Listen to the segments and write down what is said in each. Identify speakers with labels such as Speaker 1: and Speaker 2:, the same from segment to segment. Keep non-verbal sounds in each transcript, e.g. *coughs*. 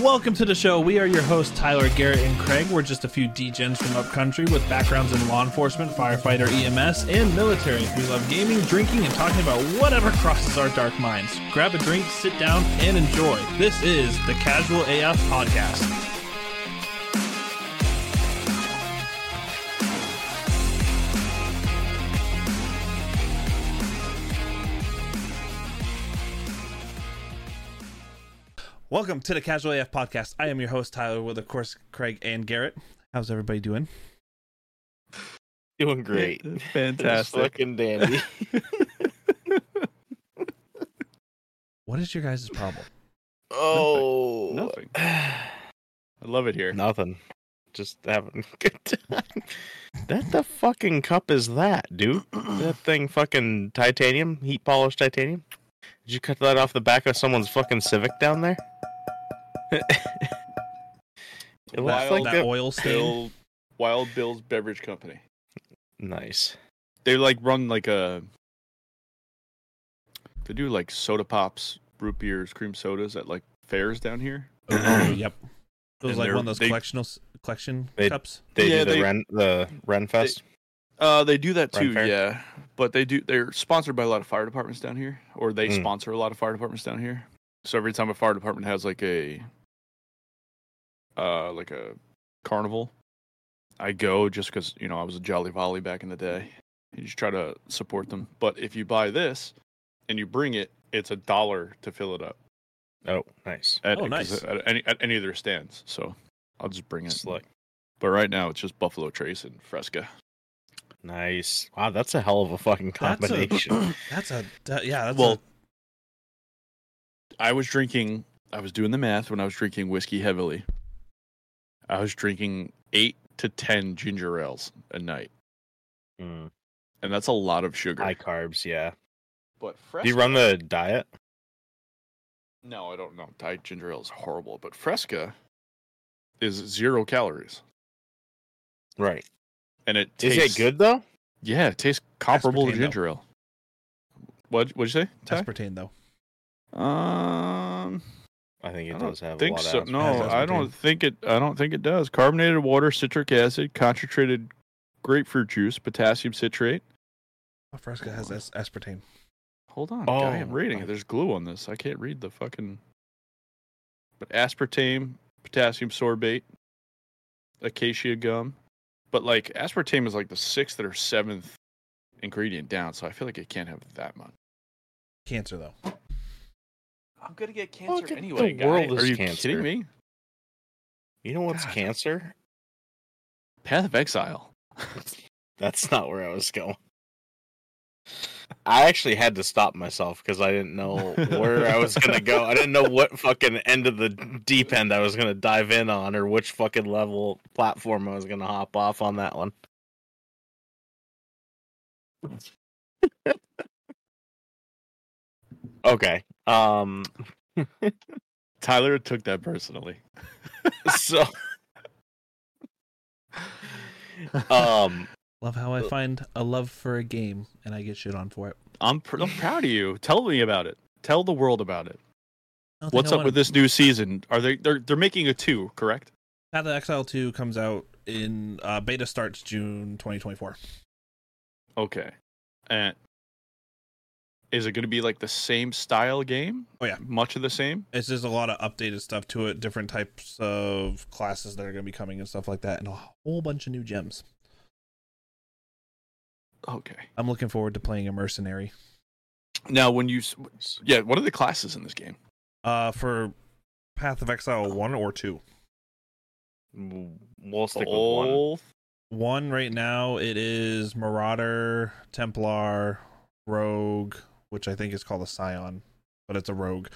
Speaker 1: Welcome to the show. We are your hosts, Tyler, Garrett, and Craig. We're just a few degens from upcountry with backgrounds in law enforcement, firefighter, EMS, and military. We love gaming, drinking, and talking about whatever crosses our dark minds. Grab a drink, sit down, and enjoy. This is the Casual AF Podcast. Welcome to the Casual AF Podcast. I am your host, Tyler, with, of course, Craig and Garrett. How's everybody doing?
Speaker 2: Doing great.
Speaker 3: *laughs*
Speaker 2: It's
Speaker 3: Fantastic.
Speaker 2: fucking *laughs* dandy.
Speaker 1: What is your guys' problem?
Speaker 2: oh.
Speaker 3: Nothing. I love it here.
Speaker 2: Nothing. Just having a good *laughs* time. That the fucking cup is that, dude? *clears throat* That thing fucking titanium, heat polished titanium? Did you cut that off the back of someone's fucking Civic
Speaker 1: *laughs*
Speaker 2: down there? it looks
Speaker 3: *laughs* Wild
Speaker 2: like
Speaker 1: that
Speaker 2: that.
Speaker 1: oil stain?
Speaker 3: Bill, Wild Bill's Beverage Company.
Speaker 2: Nice.
Speaker 3: They like run like a. They do like soda pops, root beers, cream sodas at like fairs down here. *clears throat*
Speaker 1: Oh, yep. It was
Speaker 3: And
Speaker 1: like
Speaker 3: they're-
Speaker 1: one of those
Speaker 3: they-
Speaker 1: collectional collection
Speaker 2: They-
Speaker 1: cups.
Speaker 2: They
Speaker 3: Yeah,
Speaker 2: do the
Speaker 3: they-
Speaker 2: Ren the Renfest.
Speaker 3: Uh, they do that
Speaker 2: Run
Speaker 3: too,
Speaker 2: fair?
Speaker 3: yeah. But they do. They're sponsored by a lot of fire departments down here, or they
Speaker 1: Hmm.
Speaker 2: Mm.
Speaker 3: sponsor a lot of fire departments down here. So every time a fire department has like a, uh, like a carnival, I go just because you know I was a jolly volley back in the day. You just try to support them. But if you buy this and you bring it, it's a dollar to fill it up
Speaker 2: Oh, nice.
Speaker 3: at,
Speaker 1: Oh,
Speaker 3: 'cause
Speaker 1: nice.
Speaker 3: at any at any of their stands. So I'll just bring it.
Speaker 2: Slick.
Speaker 3: But right now it's just Buffalo Trace and Fresca.
Speaker 2: Nice. Wow, that's a hell of a fucking
Speaker 1: That's a-
Speaker 2: combination.
Speaker 1: *clears throat* That's a, that- yeah, that's
Speaker 3: Well,
Speaker 1: a,
Speaker 3: I was drinking. I was doing the math when I was drinking whiskey heavily. I was drinking eight to ten ginger ales a night,
Speaker 2: Mm,
Speaker 3: and that's a lot of sugar.
Speaker 2: high carbs, yeah.
Speaker 3: but Fresca,
Speaker 2: Do you run the diet?
Speaker 3: No, I don't know. Diet ginger ale is horrible, but Fresca is zero calories,
Speaker 2: Right.
Speaker 3: and it
Speaker 2: Is
Speaker 3: tastes,
Speaker 2: it good though?
Speaker 3: Yeah, it tastes comparable to
Speaker 1: Aspartame,
Speaker 3: ginger ale. What What'd you say? Ty?
Speaker 1: aspartame, though.
Speaker 3: Um,
Speaker 2: I think
Speaker 3: I
Speaker 2: it
Speaker 3: don't
Speaker 2: does have
Speaker 3: think
Speaker 2: a lot
Speaker 3: so.
Speaker 2: of
Speaker 3: No,
Speaker 1: has
Speaker 3: I
Speaker 1: aspartame.
Speaker 3: don't think it. I don't think it does. Carbonated water, citric acid, concentrated grapefruit juice, potassium citrate.
Speaker 1: Oh, Fresca has as- aspartame.
Speaker 3: Hold on,
Speaker 2: Oh,
Speaker 3: I am reading
Speaker 2: I-
Speaker 3: it. There's glue on this. I can't read the fucking. But aspartame, potassium sorbate, acacia gum, but like aspartame is like the sixth or seventh ingredient down, so I feel like it can't have that much.
Speaker 1: Cancer, though.
Speaker 3: I'm gonna get
Speaker 2: cancer Look at anyway, the guy. world is
Speaker 3: Are you
Speaker 2: cancer.
Speaker 3: kidding me?
Speaker 2: You know what's
Speaker 3: God.
Speaker 2: cancer?
Speaker 3: Path of Exile.
Speaker 2: That's not where I was going. I actually had to stop myself because I didn't know where I was gonna go. I didn't know what fucking end of the deep end I was gonna dive in on, or which fucking level platform I was gonna hop off on that one. *laughs* okay. Um.
Speaker 3: Tyler took that personally.
Speaker 2: So. um.
Speaker 1: Love how I find a love for a game and I get shit on for it.
Speaker 3: I'm, pr- I'm proud of you. Tell me about it. Tell the world about it.
Speaker 1: I don't think
Speaker 3: What's
Speaker 1: I
Speaker 3: up with
Speaker 1: wanna-
Speaker 3: this new season? Are they they're they're making a two, correct?
Speaker 1: Path of Exile 2 comes out in uh, beta starts June 2024.
Speaker 3: Okay. And is it going to be like the same style game?
Speaker 1: Oh, yeah.
Speaker 3: Much of the same?
Speaker 1: It's just a lot of updated stuff to it, different types of classes that are going to be coming and stuff like that, and a whole bunch of new gems.
Speaker 3: Okay.
Speaker 1: I'm looking forward to playing a mercenary.
Speaker 3: Now when you s- yeah, what are the classes in this game?
Speaker 1: Uh, for Path of Exile 1 or 2?
Speaker 2: w- We'll stick with one.
Speaker 3: All
Speaker 1: One right now, it is Marauder, Templar, Rogue, which I think is called a Scion, but it's a Rogue.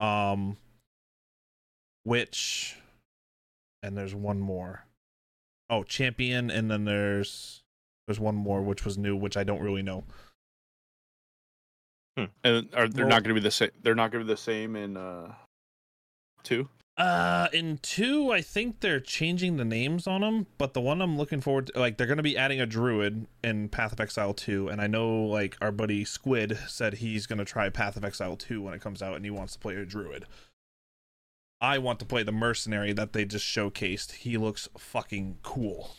Speaker 1: Um, Witch, and there's one more. Oh, Champion, and then there's there's one more which was new, which I don't really know.
Speaker 3: Hmm. and are they're
Speaker 1: Well-
Speaker 3: not going to be the same they're not going to be the same in uh 2?
Speaker 1: Uh, in two, I think they're changing the names on them, but the one I'm looking forward to, like, they're going to be adding a druid in Path of Exile 2. And I know, like, our buddy Squid said he's going to try Path of Exile 2 when it comes out and he wants to play a druid. I want to play the mercenary that they just showcased. He looks fucking cool.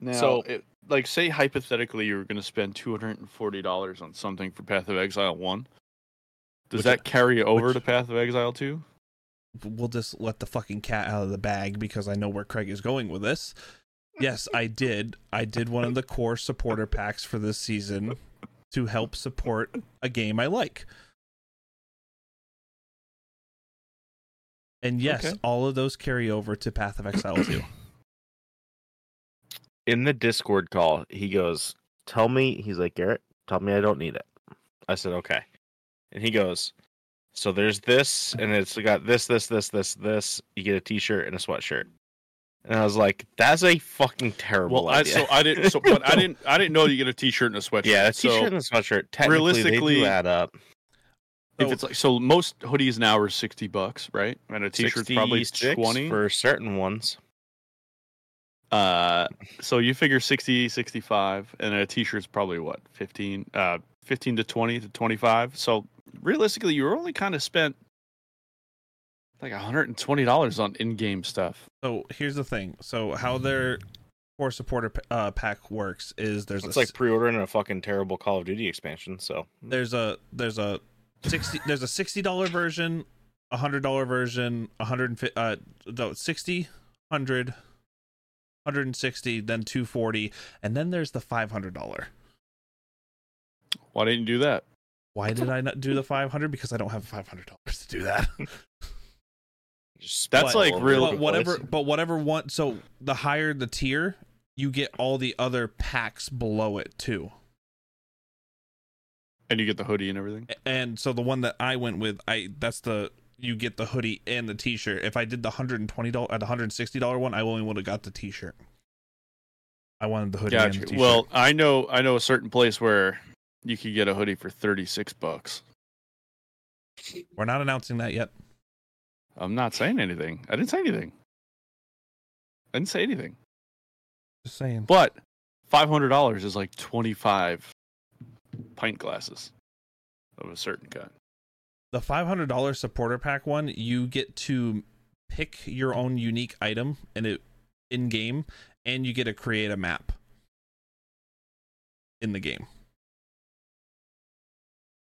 Speaker 3: Now,
Speaker 2: So-
Speaker 3: it, like, say hypothetically, you were going to spend two hundred and forty dollars on something for Path of Exile One. Does
Speaker 1: Which-
Speaker 3: that carry over
Speaker 1: which-
Speaker 3: to Path of Exile Two?
Speaker 1: We'll just let the fucking cat out of the bag because I know where Craig is going with this. Yes, I did. I did one of the core supporter packs for this season to help support a game I like. And yes,
Speaker 3: Okay.
Speaker 1: all of those carry over to Path of Exile 2.
Speaker 2: in the Discord call, he goes, "Tell me," he's like, "Garrett, tell me I don't need it." I said, "Okay," and he goes, "So there's this, and it's got this, this, this, this, this. You get a T-shirt and a sweatshirt." And I was like, "That's a fucking terrible
Speaker 3: Well, I,
Speaker 2: idea."
Speaker 3: so I didn't. So,
Speaker 2: *laughs*
Speaker 3: but I didn't. I didn't know you get a T-shirt and a sweatshirt.
Speaker 2: yeah, a
Speaker 3: so
Speaker 2: T-shirt and a sweatshirt. Technically, they
Speaker 3: realistically,
Speaker 2: do add up.
Speaker 3: *clears throat* if it's like so, most hoodies now are sixty bucks, right? And a T-shirt's probably
Speaker 2: 66
Speaker 3: twenty.
Speaker 2: for certain ones.
Speaker 3: Uh, so you figure 60, 65, and a t-shirt's probably what, 15, uh, 15 to 20 to 25. So realistically, you were only kind of spent like $120 on in-game stuff.
Speaker 1: So here's the thing. So how their core supporter p- uh, pack works is there's a
Speaker 2: It's like
Speaker 1: s-
Speaker 2: pre-ordering a fucking terrible Call of Duty expansion. So
Speaker 1: there's a there's a sixty there's a sixty dollar version, a hundred dollar version, a hundred and fif- uh no, 60, 100, 160, then two forty, and then there's the five hundred dollar.
Speaker 3: Why didn't you do that?
Speaker 1: Why did I not do the five hundred? Because I don't have five hundred dollars to do that.
Speaker 2: just
Speaker 3: That's
Speaker 2: split
Speaker 3: like
Speaker 2: all over
Speaker 3: real-
Speaker 1: But
Speaker 2: the place.
Speaker 1: whatever, but whatever one. So the higher the tier, you get all the other packs below it too.
Speaker 3: And you get the hoodie and everything.
Speaker 1: and so the one that I went with, I that's the you get the hoodie and the t-shirt. If I did the hundred and twenty dollar, the hundred and sixty dollar one, I only would have got the t-shirt. I wanted the hoodie and the
Speaker 3: Gotcha.
Speaker 1: t-shirt.
Speaker 3: Well, I know, I know a certain place where you could get a hoodie for 36 bucks.
Speaker 1: we're not announcing that yet.
Speaker 3: I'm not saying anything. I didn't say anything. I didn't say anything.
Speaker 1: Just saying.
Speaker 3: But five hundred dollars is like twenty five pint glasses of a certain kind.
Speaker 1: The five hundred dollar supporter pack one, you get to pick your own unique item and it in game, and you get to create a map in the game.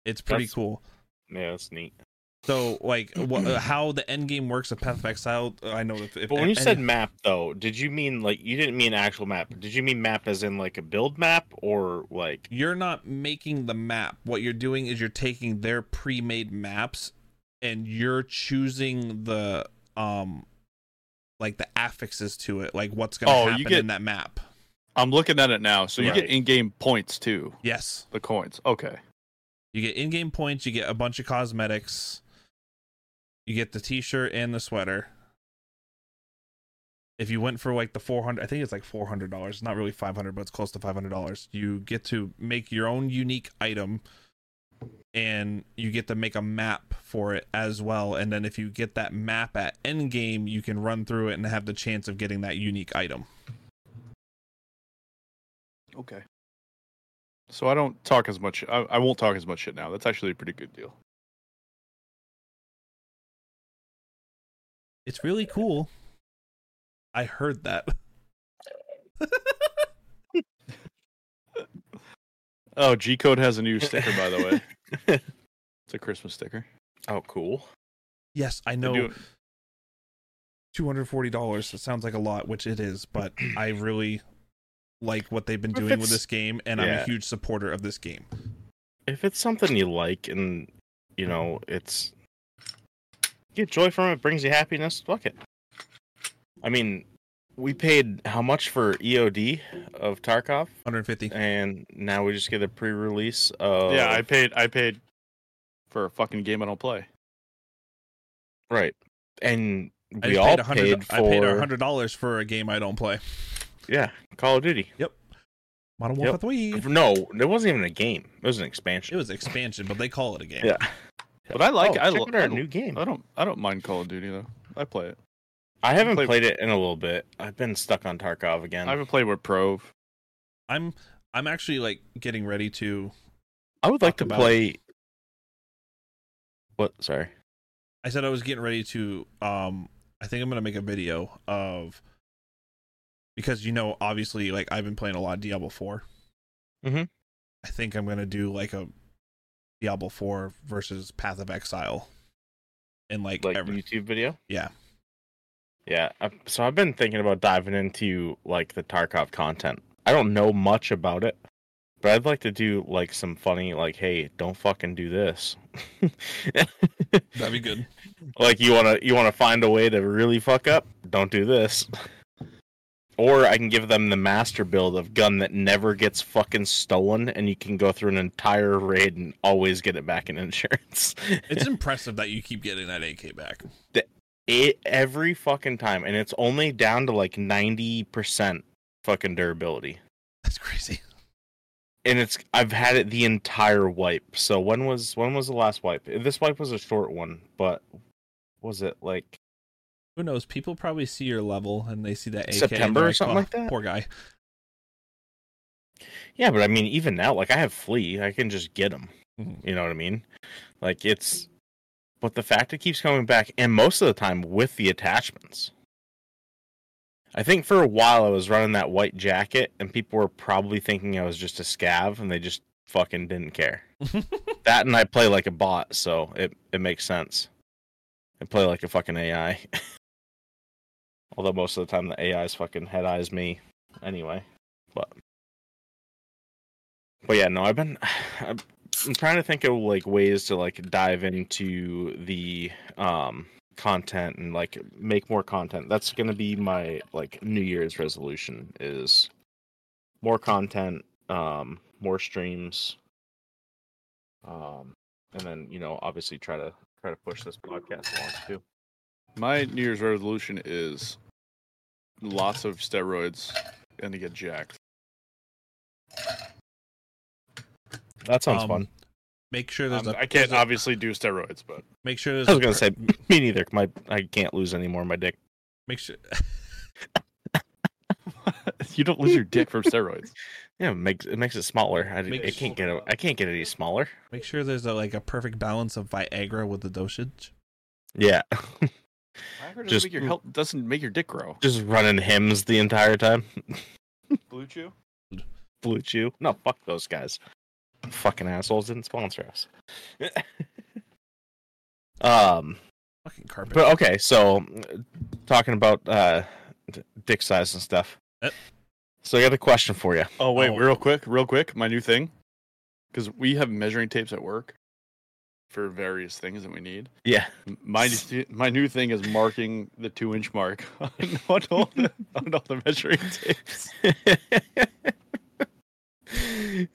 Speaker 1: It's pretty
Speaker 2: That's-
Speaker 1: cool.
Speaker 2: Yeah, that's neat.
Speaker 1: So,
Speaker 2: *clears throat*
Speaker 1: like, wha- uh, how the end game works of Path of Exile, uh, I know. If, if
Speaker 2: But when you
Speaker 1: any-
Speaker 2: said map, though, did you mean like you didn't mean actual map? Did you mean map as in like a build map or like?
Speaker 1: you're not making the map, what you're doing is you're taking their pre-made maps, and you're choosing the um, like the affixes to it, like what's gonna
Speaker 3: Oh, you
Speaker 1: happen
Speaker 3: get-
Speaker 1: in that map.
Speaker 3: I'm looking at it now. So you
Speaker 2: Right.
Speaker 3: get in game points too,
Speaker 1: Yes,
Speaker 3: the coins. Okay.
Speaker 1: you get in-game points, you get a bunch of cosmetics, you get the T-shirt and the sweater. If you went for like the four hundred, I think it's like four hundred dollars. Not really five hundred, but it's close to five hundred dollars. You get to make your own unique item, and you get to make a map for it as well. And then if you get that map at end game, you can run through it and have the chance of getting that unique item.
Speaker 3: Okay. So I don't talk as much. I, I won't talk as much shit now. That's actually a pretty good deal.
Speaker 1: It's really cool. I heard that. *laughs*
Speaker 3: Oh, G Code has a new sticker, by the way.
Speaker 2: *laughs* way.
Speaker 3: It's a Christmas sticker.
Speaker 2: oh, cool.
Speaker 1: Yes, I
Speaker 3: They're
Speaker 1: know.
Speaker 3: doing-
Speaker 1: two hundred forty dollars. It sounds like a lot, which it is,
Speaker 2: *clears throat*
Speaker 1: but I really like what they've been
Speaker 2: If
Speaker 1: doing with
Speaker 2: it's-
Speaker 1: this game, and I'm a
Speaker 2: yeah.
Speaker 1: huge supporter of this game.
Speaker 2: If it's something you like and you know it's you get joy from it, brings you happiness. Fuck it. I mean, we paid how much for EOD of Tarkov,
Speaker 1: Hundred fifty.
Speaker 2: and now we just get a pre-release of
Speaker 3: Yeah, I paid. I paid for a fucking game I don't play.
Speaker 2: right, and
Speaker 1: I
Speaker 2: we
Speaker 1: just
Speaker 2: all
Speaker 1: paid
Speaker 2: paid,
Speaker 1: a hundred.
Speaker 2: for
Speaker 1: I paid hundred dollars for a game I don't play.
Speaker 2: yeah Call of Duty.
Speaker 1: Modern
Speaker 2: Yep.
Speaker 1: Warfare Three.
Speaker 2: No, it wasn't even a game. It was an expansion.
Speaker 1: It was expansion, but they call it a game.
Speaker 2: Yeah.
Speaker 3: But I like. I,
Speaker 2: Oh, check
Speaker 3: lo-
Speaker 2: out
Speaker 3: I,
Speaker 2: our
Speaker 3: don't-
Speaker 2: new game.
Speaker 3: I don't. I don't mind Call of Duty though. I play it.
Speaker 2: I haven't
Speaker 3: play-
Speaker 2: played it in a little bit. I've been stuck on Tarkov again.
Speaker 3: I haven't played with Prove.
Speaker 1: I'm I'm actually like getting ready to.
Speaker 2: I would like
Speaker 1: talked
Speaker 2: to
Speaker 1: about
Speaker 2: play What? Sorry.
Speaker 1: I said I was getting ready to um I think I'm gonna make a video of because you know obviously like I've been playing a lot of Diablo 4
Speaker 2: Mhm.
Speaker 1: I think I'm gonna do like a Diablo four versus Path of Exile. And like,
Speaker 2: Like
Speaker 1: every
Speaker 2: YouTube video.
Speaker 1: Yeah.
Speaker 2: Yeah. I, so I've been thinking about diving into like the Tarkov content. I don't know much about it, but I'd like to do like some funny like, hey, don't fucking do this.
Speaker 1: *laughs*
Speaker 2: *laughs*
Speaker 1: that'd be good.
Speaker 2: like you want to you want to find a way to really fuck up don't do this or i can give them the master build of gun that never gets fucking stolen and you can go through an entire raid and always get it back in insurance *laughs*
Speaker 1: It's impressive that you keep getting that AK back. *laughs*
Speaker 2: it, E, every fucking time and it's only down to like 90% fucking durability
Speaker 1: That's crazy.
Speaker 2: and it's I've had it the entire wipe. So when was when was the last wipe? This wipe was a short one, but was it like
Speaker 1: Who knows? People probably see your level and they see that AK. and
Speaker 2: September
Speaker 1: they're
Speaker 2: or something
Speaker 1: "Oh,
Speaker 2: like that?"
Speaker 1: Poor guy. *laughs*
Speaker 2: Yeah, but I mean, even now, like I have flea, I can just get them.
Speaker 1: Mhm.
Speaker 2: You know what I mean? Like it's, but the fact it keeps coming back, and most of the time with the attachments. I think for a while I was running that white jacket, and people were probably thinking I was just a scav, and they just fucking didn't care. that and I play like a bot, so it it makes sense. I play like a fucking AI. *laughs* Although most of the time the AI's fucking head eyes me anyway. But yeah, no, I've been *sighs* I'm I'm trying to think of like ways to like dive into the um content and like make more content. That's going to be my like New Year's resolution is more content, um more streams um and then, you know, obviously try to try to push this podcast along too.
Speaker 3: My New Year's resolution is lots of steroids and to get jacked.
Speaker 2: That sounds
Speaker 1: Um,
Speaker 2: fun.
Speaker 1: Make sure there's
Speaker 3: Um,
Speaker 1: a
Speaker 3: I can't
Speaker 1: there's a-
Speaker 3: obviously do steroids, but
Speaker 1: make sure there's
Speaker 2: I was
Speaker 1: a per-
Speaker 2: going to say me neither. My I can't lose any more of my dick.
Speaker 1: *laughs* make sure
Speaker 3: *laughs* you don't lose your dick from *laughs* steroids.
Speaker 2: Yeah, it makes it makes it smaller. I,
Speaker 1: Makes
Speaker 2: I
Speaker 1: it
Speaker 2: can't get it. I can't get it any smaller.
Speaker 1: make sure there's a like a perfect balance of Viagra with the dosage.
Speaker 2: Yeah.
Speaker 3: Viagra doesn't
Speaker 2: Just-
Speaker 3: make your health doesn't make your dick grow.
Speaker 2: *laughs* Just running hymns the entire time. *laughs*
Speaker 3: Blue Chew.
Speaker 2: Blue Chew. No, fuck those guys. Fucking assholes didn't sponsor us. *laughs* um,
Speaker 1: Fucking carpet.
Speaker 2: but okay, so uh, talking about uh, d- dick size and stuff.
Speaker 1: Yep.
Speaker 2: So I got a question for you.
Speaker 3: Oh wait,
Speaker 1: Oh.
Speaker 3: real quick, real quick, my new thing. Because we have measuring tapes at work for various things that we need.
Speaker 2: Yeah.
Speaker 3: My new thi- my new thing is marking the two inch mark *laughs* on, on all the, on all the measuring tapes.
Speaker 2: *laughs*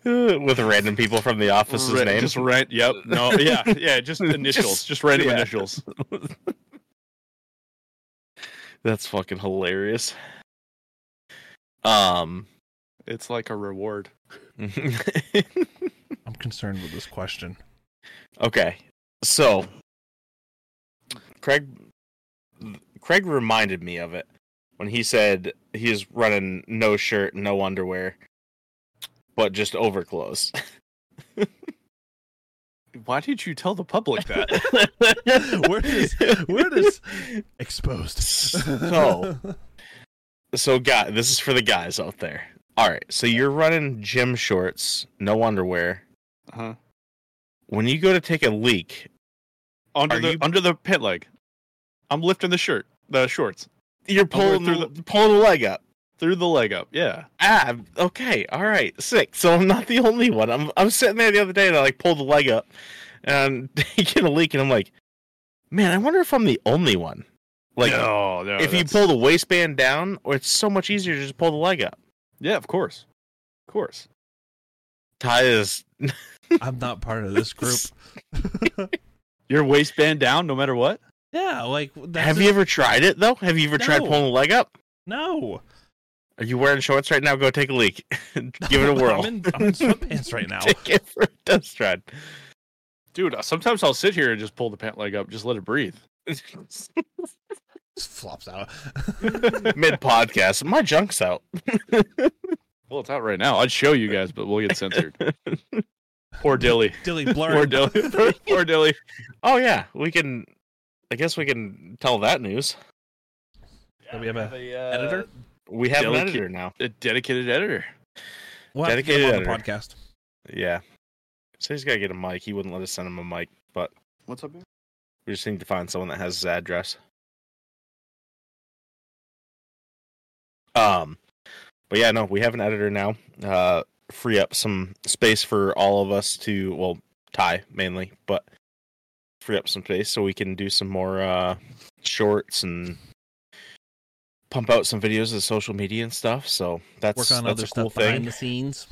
Speaker 2: With random people from the office's
Speaker 3: Ra-
Speaker 2: name.
Speaker 3: Just rent. Yep. No. Oh,
Speaker 2: *laughs*
Speaker 3: Yeah. Yeah. *laughs* Just initials.
Speaker 2: Just-
Speaker 3: Just, random
Speaker 2: yeah.
Speaker 3: initials.
Speaker 2: *laughs* That's fucking hilarious. Um. *laughs*
Speaker 3: It's like a reward.
Speaker 1: I'm concerned with this question.
Speaker 2: Okay. So Craig Craig reminded me of it when he said he's running no shirt, no underwear, but just overclothes.
Speaker 3: Why did you tell the public that? *laughs*
Speaker 2: Where
Speaker 1: does- *laughs* where does- Exposed.
Speaker 2: *laughs* So- So guy, this is for the guys out there. All right, so you're running gym shorts, no underwear.
Speaker 3: Uh-huh.
Speaker 2: When you go to take a leak,
Speaker 3: Under
Speaker 2: Are
Speaker 3: the
Speaker 2: you-
Speaker 3: under the pant leg. I'm lifting the shirt, the shorts
Speaker 2: you're
Speaker 3: Underwear
Speaker 2: pulling
Speaker 3: through
Speaker 2: the, pulling the leg up.
Speaker 3: through the leg up. Yeah.
Speaker 2: ah, I'm- okay, all right, sick. So I'm not the only one. I'm I'm sitting there the other day and I like pulled the leg up and I'm *laughs* taking a leak and I'm like, man, I wonder if I'm the only one. Like,
Speaker 3: no, no,
Speaker 2: if you
Speaker 3: that's-
Speaker 2: pull the waistband down, or it's so much easier to just pull the leg up.
Speaker 3: Yeah, of course. Of course.
Speaker 2: Ty is
Speaker 1: I'm not part of this group.
Speaker 3: Your waistband down no matter what?
Speaker 1: yeah, like that's
Speaker 2: Have you ever tried it though? Have you ever tried
Speaker 1: No.
Speaker 2: pulling the leg up?
Speaker 1: No. Are
Speaker 2: Are you wearing shorts right now? Go take a leak. *laughs* Give it a whirl.
Speaker 1: I'm in, I'm in sweatpants right
Speaker 2: *laughs*
Speaker 1: now.
Speaker 2: Take it for a test *laughs* ride.
Speaker 3: Dude, uh, sometimes I'll sit here and just pull the pant leg up, just let it breathe.
Speaker 1: Just flops out.
Speaker 2: Mid podcast, my junk's out.
Speaker 3: Well, it's out right now. I'd show you guys, but we'll get censored. *laughs* Poor Dilly.
Speaker 1: Dilly
Speaker 3: Poor
Speaker 1: blurred.
Speaker 3: Dilly. *laughs* Poor Dilly.
Speaker 2: Oh yeah, we can. I guess we can tell that news.
Speaker 1: Do we have a *laughs*
Speaker 3: The,
Speaker 1: editor?
Speaker 2: We have
Speaker 3: Delicate-
Speaker 2: an editor now.
Speaker 3: uh, A dedicated editor.
Speaker 1: We'll have to get
Speaker 2: dedicated
Speaker 1: him on the podcast.
Speaker 2: Yeah. So he's gotta get a mic. He wouldn't let us send him a mic, but
Speaker 3: What's up, man?
Speaker 2: we just need to find someone that has his address. Um, but yeah, no, we have an editor now. Uh, free up some space for all of us to, well, Ty mainly, but free up some space so we can do some more uh shorts and pump out some videos of social media and stuff. So that's
Speaker 1: Work on
Speaker 2: that's
Speaker 1: other
Speaker 2: a cool
Speaker 1: stuff behind
Speaker 2: thing.
Speaker 1: the scenes.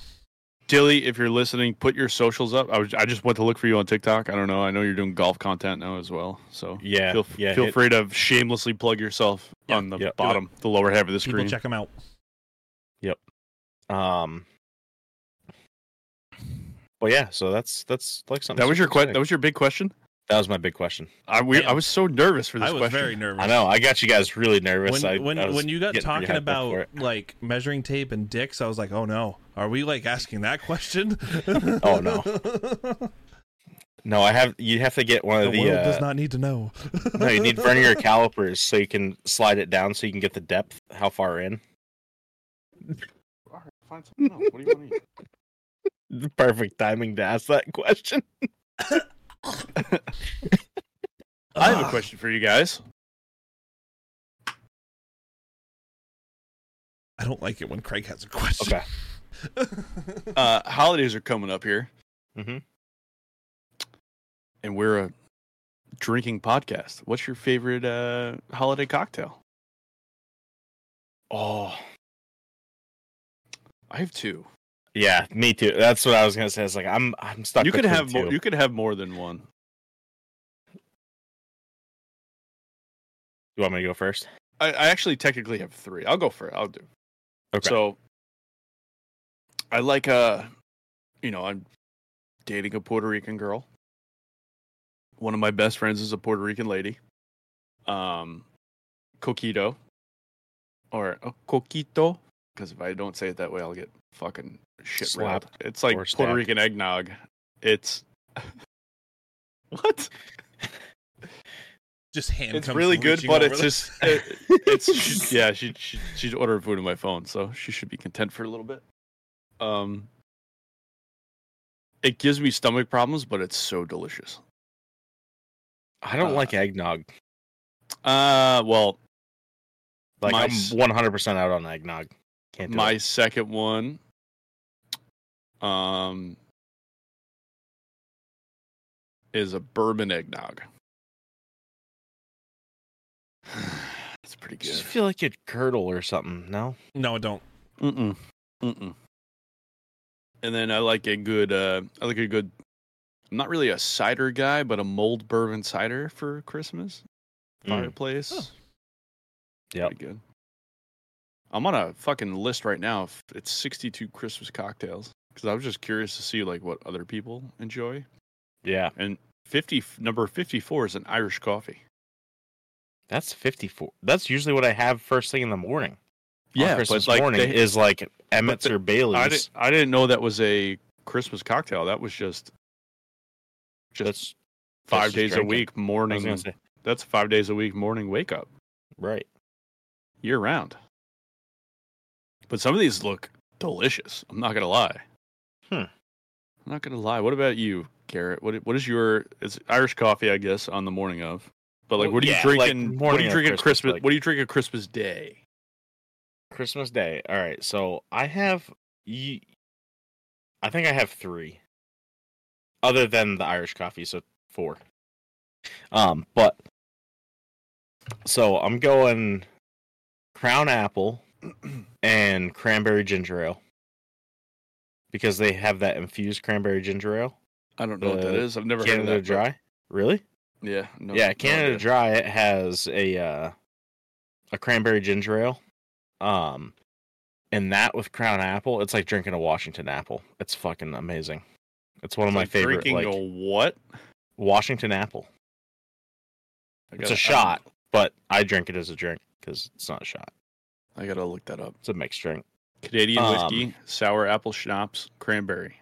Speaker 3: Dilly, if you're listening, put your socials up. I, was, I just went to look for you on TikTok. I don't know. I know you're doing golf content now as well. So
Speaker 2: Yeah,
Speaker 3: feel,
Speaker 2: yeah.
Speaker 3: feel
Speaker 2: hit-
Speaker 3: free to shamelessly plug yourself
Speaker 1: Yeah,
Speaker 3: on the
Speaker 2: yeah.
Speaker 3: bottom, the lower half of the
Speaker 1: People
Speaker 3: screen.
Speaker 1: check him out.
Speaker 2: Um. But yeah, so that's that's like something.
Speaker 3: that was your
Speaker 2: super
Speaker 3: que-
Speaker 2: exciting.
Speaker 3: That was your big question.
Speaker 2: That was my big question.
Speaker 3: I we,
Speaker 1: Damn.
Speaker 3: I was so nervous for this
Speaker 1: I was
Speaker 3: question.
Speaker 1: very nervous.
Speaker 2: I know I got you guys really nervous.
Speaker 1: When
Speaker 2: I,
Speaker 1: when
Speaker 2: I was
Speaker 1: when you got
Speaker 2: getting pretty
Speaker 1: talking
Speaker 2: hyped up for
Speaker 1: about
Speaker 2: it.
Speaker 1: like measuring tape and dicks, I was like, oh no, are we like asking that question?
Speaker 2: *laughs* Oh, no.
Speaker 1: *laughs*
Speaker 2: no, I have you have to get one
Speaker 1: the
Speaker 2: of the.
Speaker 1: world
Speaker 2: uh,
Speaker 1: does not need to know.
Speaker 2: *laughs* no,
Speaker 1: *laughs*
Speaker 2: you need vernier calipers so you can slide it down so you can get the depth, how far in.
Speaker 3: Find something else. What do you want to eat?
Speaker 2: Perfect timing to ask that question.
Speaker 3: *laughs*
Speaker 2: *laughs*
Speaker 3: I
Speaker 1: Ah.
Speaker 3: have a
Speaker 2: Ah,
Speaker 3: question for you guys.
Speaker 1: I don't like it when Craig has a question.
Speaker 2: Okay.
Speaker 3: Uh, holidays are coming up here,
Speaker 1: Mm-hmm.
Speaker 2: hmm
Speaker 3: and we're a drinking podcast. What's your favorite uh, holiday cocktail?
Speaker 2: Oh
Speaker 3: I have two.
Speaker 2: yeah, me too. That's what I was gonna say. It's like I'm I'm stuck.
Speaker 3: you could
Speaker 2: between
Speaker 3: have more.
Speaker 2: two.
Speaker 3: You could have more than one.
Speaker 2: you want me to go first?
Speaker 3: I, I actually technically have three. I'll go for it. I'll do.
Speaker 2: Okay.
Speaker 3: So I like uh you know, I'm dating a Puerto Rican girl. One of my best friends is a Puerto Rican lady. Um Coquito or a Coquito because if I don't say it that way I'll get fucking shit
Speaker 2: Slapped
Speaker 3: slapped. It's like
Speaker 2: or
Speaker 3: Puerto
Speaker 2: stabbed.
Speaker 3: Rican eggnog. It's *laughs* What?
Speaker 1: *laughs* Just hand.
Speaker 3: it's
Speaker 1: comes
Speaker 3: really good,
Speaker 1: reaching
Speaker 3: but
Speaker 1: over
Speaker 3: it's
Speaker 1: the-
Speaker 3: just it,
Speaker 1: *laughs*
Speaker 2: *laughs*
Speaker 3: it's she, yeah. She, she she's ordering food on my phone, so she should be content for a little bit. Um, it gives me stomach problems, but it's so delicious.
Speaker 2: I don't
Speaker 3: uh,
Speaker 2: like eggnog.
Speaker 3: Uh, well,
Speaker 2: Like
Speaker 3: my
Speaker 2: I'm
Speaker 3: s-
Speaker 2: 100 percent out on eggnog. Can't do
Speaker 3: my
Speaker 2: it.
Speaker 3: second one. Um, is a bourbon eggnog. *sighs* It's pretty
Speaker 2: I just
Speaker 3: good.
Speaker 2: feel like you'd curdle or something. No.
Speaker 1: no, don't.
Speaker 3: Mm-mm. Mm-mm. And then I like a good uh I like a good I'm not really a cider guy, but a mulled bourbon cider for Christmas. Mm. Fireplace.
Speaker 1: Oh.
Speaker 2: Yep.
Speaker 3: Pretty good. I'm on a fucking list right now. F- It's 62 Christmas cocktails cuz I was just curious to see like what other people enjoy.
Speaker 2: Yeah,
Speaker 3: And 50 number 54 is an Irish coffee.
Speaker 2: that's 54. That's usually what I have first thing in the morning. on Christmas
Speaker 3: like
Speaker 2: morning
Speaker 3: they-
Speaker 2: is like Emmett's
Speaker 3: they-
Speaker 2: or
Speaker 3: I
Speaker 2: Bailey's.
Speaker 3: didn't I didn't know that was a Christmas cocktail. That was just just
Speaker 2: That's
Speaker 3: five
Speaker 2: just
Speaker 3: days
Speaker 2: drinking.
Speaker 3: a week
Speaker 2: what I was
Speaker 3: morning
Speaker 2: gonna say.
Speaker 3: that's five days a week morning wake up
Speaker 2: Right.
Speaker 3: year round but some of these look delicious i'm not gonna lie
Speaker 2: Hmm.
Speaker 3: i'm not gonna lie what about you garrett what, what is your it's irish coffee i guess on the morning of but like
Speaker 2: Well,
Speaker 3: what are you
Speaker 2: yeah, like
Speaker 3: drinking what do
Speaker 2: morning
Speaker 3: you
Speaker 2: of
Speaker 3: drink at
Speaker 2: Christmas,
Speaker 3: christmas
Speaker 2: like-
Speaker 3: what do you drink at christmas day
Speaker 2: Christmas Day. All right. So I have. y- I think I have three. Other than the Irish coffee, so four. Um, but so I'm going Crown Apple *clears throat* and Cranberry Ginger Ale because they have that infused cranberry ginger ale.
Speaker 3: i don't know what that
Speaker 2: Uh,
Speaker 3: is i've never
Speaker 2: Canada
Speaker 3: heard of that but-
Speaker 2: Dry. Really?
Speaker 3: yeah no,
Speaker 2: yeah,
Speaker 3: no
Speaker 2: Canada
Speaker 3: idea.
Speaker 2: Dry it has a uh, a cranberry ginger ale, um, and that with Crown Apple, it's like drinking a Washington apple. It's fucking amazing. It's one of
Speaker 3: It's
Speaker 2: my
Speaker 3: like
Speaker 2: favorite,
Speaker 3: drinking
Speaker 2: like
Speaker 3: a what
Speaker 2: Washington apple.
Speaker 3: I
Speaker 2: It's
Speaker 3: gotta-
Speaker 2: a shot, but I drink it as a drink because it's not a shot.
Speaker 3: I gotta look that up
Speaker 2: It's a mixed drink.
Speaker 3: canadian
Speaker 2: Um,
Speaker 3: whiskey sour apple schnapps cranberry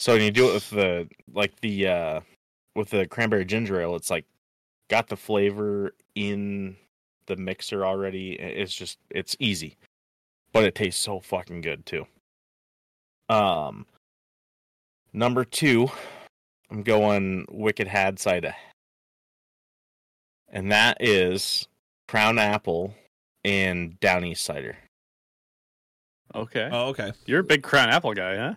Speaker 2: So when you do it with the like the uh with the cranberry ginger ale, it's like got the flavor in the mixer already. I- It's just it's easy. But it tastes so fucking good too. Um number two, I'm going Wicked Had Cider. And that is Crown Apple and Down East Cider.
Speaker 3: Okay.
Speaker 1: Oh, okay.
Speaker 3: You're a big Crown Apple guy, huh?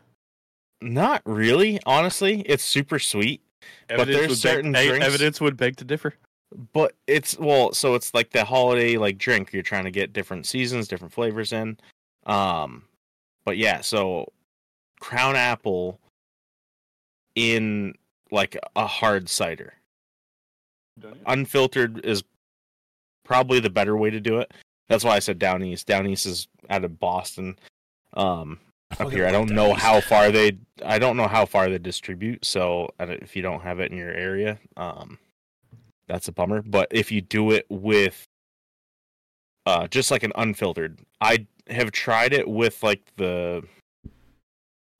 Speaker 2: Not really, honestly. It's super sweet. But there's
Speaker 3: would beg-
Speaker 2: certain
Speaker 3: e-
Speaker 2: drinks-
Speaker 3: evidence would beg to differ.
Speaker 2: but it's well so it's like the holiday like drink you're trying to get different seasons different flavors in um but yeah so crown apple in like a hard cider
Speaker 3: Mm,
Speaker 2: unfiltered is probably the better way to do it that's why i said down east down east is out of boston um up
Speaker 1: fucking
Speaker 2: here i
Speaker 1: love
Speaker 2: don't
Speaker 1: Down
Speaker 2: know
Speaker 1: East.
Speaker 2: how far they i don't know how far they distribute so I don't- if you don't have it in your area um that's a bummer but if you do it with uh just like an unfiltered i have tried it with like the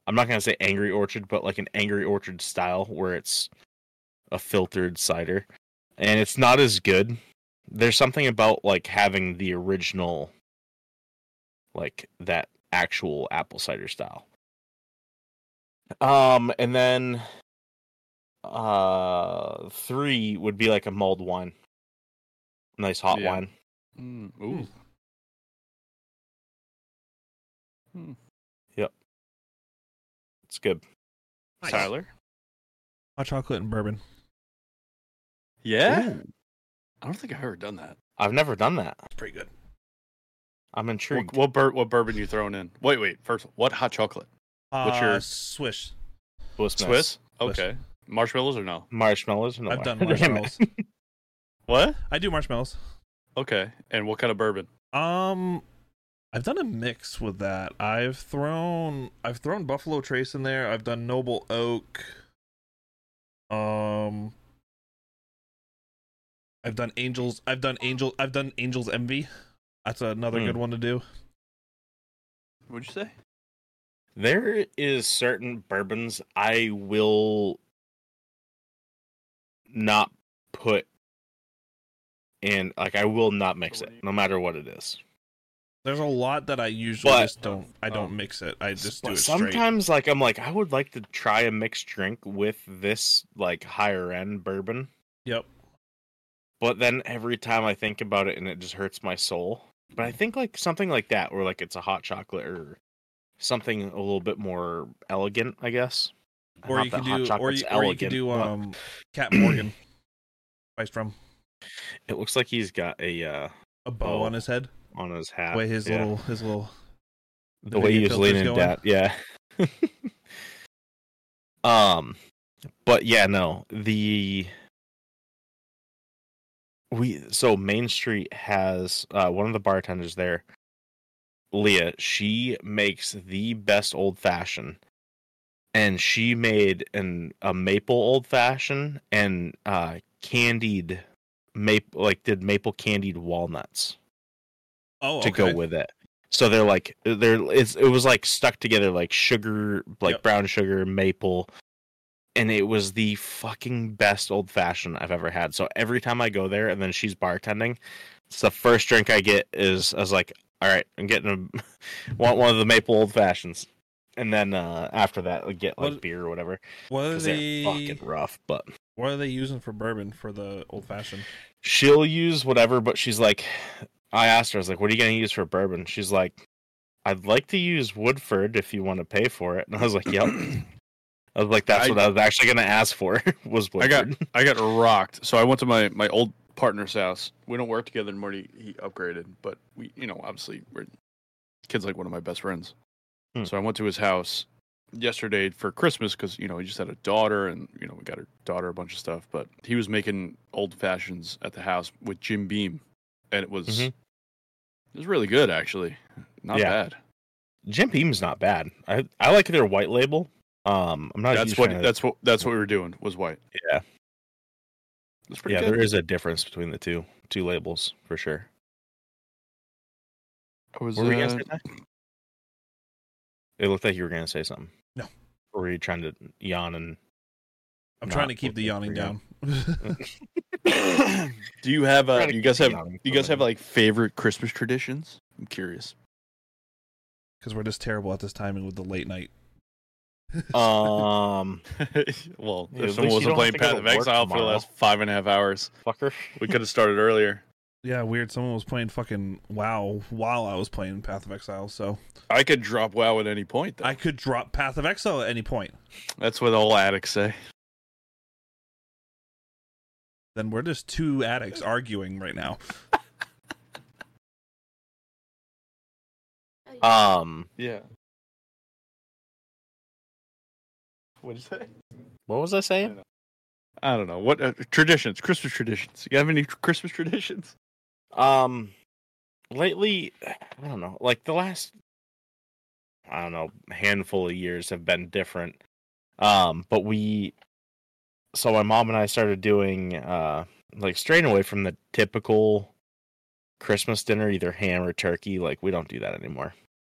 Speaker 2: i'm not gonna say angry orchard but like an angry orchard style where it's a filtered cider and it's not as good there's something about like having the original like that actual apple cider style. Um, and then uh three would be like a mulled wine. Nice hot
Speaker 3: Yeah.
Speaker 2: wine.
Speaker 3: Mm, ooh.
Speaker 2: It's good.
Speaker 1: Nice.
Speaker 3: Tyler.
Speaker 1: Hot chocolate and bourbon.
Speaker 3: Yeah. I don't think I've ever done that.
Speaker 2: I've never done that.
Speaker 1: It's pretty good.
Speaker 2: I'm
Speaker 3: What,
Speaker 2: intrigued.
Speaker 3: what, bur- what bourbon you throwing in? Wait, wait. First, what hot chocolate? What's
Speaker 1: What's
Speaker 3: your-
Speaker 1: your Uh, swish?
Speaker 2: Swiss. miss.
Speaker 3: Swiss?
Speaker 2: Swiss.
Speaker 3: Okay. Marshmallows or no?
Speaker 2: Marshmallows? No, *laughs*
Speaker 1: I've done
Speaker 2: damn it.
Speaker 1: marshmallows.
Speaker 3: What?
Speaker 1: I do marshmallows.
Speaker 3: Okay. And what kind of bourbon?
Speaker 1: Um, I've done a mix with that. I've thrown I've thrown Buffalo Trace in there. I've done Noble Oak. Um, I've done Angels. I've done Angel. I've done Angels Envy. That's another
Speaker 2: Hmm.
Speaker 1: good one to do.
Speaker 3: What'd you say?
Speaker 2: There is certain bourbons I will not put and like I will not mix it, no matter what it is.
Speaker 1: There's a lot that I usually
Speaker 2: But- oh.
Speaker 1: just don't. I don't
Speaker 3: um,
Speaker 1: mix it. I just do
Speaker 2: But
Speaker 1: it straight.
Speaker 2: sometimes like I'm like I would like to try a mixed drink with this like higher end bourbon,
Speaker 1: Yep.
Speaker 2: but then every time I think about it and it just hurts my soul. But I think like something like that where like it's a hot chocolate or something a little bit more elegant, I guess.
Speaker 1: Or
Speaker 2: Not
Speaker 1: you
Speaker 2: that
Speaker 1: could
Speaker 2: hot
Speaker 1: do. Or
Speaker 2: chocolate's
Speaker 1: you, or you could
Speaker 2: elegant,
Speaker 1: do.
Speaker 2: but-
Speaker 1: Um, Cat
Speaker 2: *clears throat*
Speaker 1: Morgan. Spice from
Speaker 2: It looks like he's got a uh
Speaker 1: a bow
Speaker 2: Oh.
Speaker 1: on his head.
Speaker 2: on his hat.
Speaker 1: Way his
Speaker 2: yeah.
Speaker 1: little. His little.
Speaker 2: the way
Speaker 1: video
Speaker 2: he was
Speaker 1: filter's
Speaker 2: leaning
Speaker 1: going.
Speaker 2: down. Yeah. *laughs* um, but yeah, no. The we so Main Street has uh, one of the bartenders there, Leah. She makes the best old fashioned, and she made an a maple old fashioned and uh candied maple like did maple candied walnuts
Speaker 1: *laughs* Oh,
Speaker 2: to
Speaker 1: okay.
Speaker 2: go with it. So they're like they're it's it was like stuck together like sugar like
Speaker 1: Yep.
Speaker 2: brown sugar maple and it was the fucking best old fashioned I've ever had. So every time I go there and then she's bartending, it's the first drink I get is I was like, all right, I'm getting a *laughs* want one of the maple old fashions. And then uh after that I get like
Speaker 1: What-
Speaker 2: beer or whatever.
Speaker 1: What are
Speaker 2: 'cause they're
Speaker 1: they?
Speaker 2: fucking rough, but
Speaker 1: What are they using for bourbon for the old fashioned?
Speaker 2: she'll use whatever, but she's like, I asked her, I was like, what are you going to use for bourbon? She's like, I'd like to use Woodford if you want to pay for it. And I was like, yep.
Speaker 3: *clears throat*
Speaker 2: I was like, that's
Speaker 3: I-
Speaker 2: what I was actually going to ask for *laughs* was
Speaker 3: I got-
Speaker 2: Woodford.
Speaker 3: I got rocked. So I went to my my old partner's house. We don't work together anymore. He, he upgraded, but we, you know, obviously we're kids like one of my best friends.
Speaker 2: Hmm.
Speaker 3: So I went to his house yesterday for Christmas because you know he just had a daughter, and you know we got her daughter a bunch of stuff. But he was making old fashions at the house with Jim Beam, and it was
Speaker 2: Mhm.
Speaker 3: it was really good actually, not
Speaker 2: Yeah.
Speaker 3: bad.
Speaker 2: Jim Beam's not bad. I, I like their white label. Um, I'm not. a
Speaker 3: That's
Speaker 2: huge
Speaker 3: what
Speaker 2: fan of-
Speaker 3: that's what that's what we were doing was white.
Speaker 2: Yeah.
Speaker 3: That's pretty
Speaker 2: yeah.
Speaker 3: good.
Speaker 2: There is a difference between the two two labels for sure.
Speaker 3: I was,
Speaker 2: What were you
Speaker 3: uh,
Speaker 2: gonna say? Ty? It looked like you were gonna say something. Or were you trying to yawn
Speaker 3: *coughs*
Speaker 2: and
Speaker 1: I'm
Speaker 2: Not
Speaker 1: trying to keep the
Speaker 2: looking
Speaker 1: yawning
Speaker 2: for
Speaker 1: down.
Speaker 3: Do you have uh,
Speaker 2: Trying to
Speaker 3: you guys
Speaker 2: keep
Speaker 3: have
Speaker 2: it on.
Speaker 3: you guys have like favorite Christmas traditions? I'm curious.
Speaker 1: Because we're just terrible at this timing with the late night.
Speaker 2: um
Speaker 3: *laughs* well,
Speaker 2: Yeah, at
Speaker 3: if someone
Speaker 2: least you
Speaker 3: wasn't
Speaker 2: don't have
Speaker 3: playing
Speaker 2: to go
Speaker 3: Path
Speaker 2: to
Speaker 3: of
Speaker 2: work
Speaker 3: Exile for the
Speaker 2: tomorrow.
Speaker 3: last five and a half hours,
Speaker 2: fucker.
Speaker 3: we could have started earlier.
Speaker 1: *laughs* Yeah, weird. Someone was playing fucking WoW while I was playing Path of Exile, so
Speaker 3: I could drop WoW at any point. Though.
Speaker 1: I could drop Path of Exile at any point.
Speaker 3: That's what all addicts say.
Speaker 1: Then we're just two addicts arguing right now.
Speaker 2: Um
Speaker 3: Yeah. What did you say?
Speaker 2: what was I saying?
Speaker 3: I don't know. What uh, traditions? Christmas traditions. You have any Christmas traditions?
Speaker 2: Um lately I don't know, like the last I don't know, handful of years have been different. Um, but we so my mom and I started doing uh like straying away from the typical Christmas dinner, either ham or turkey, like we don't do that anymore.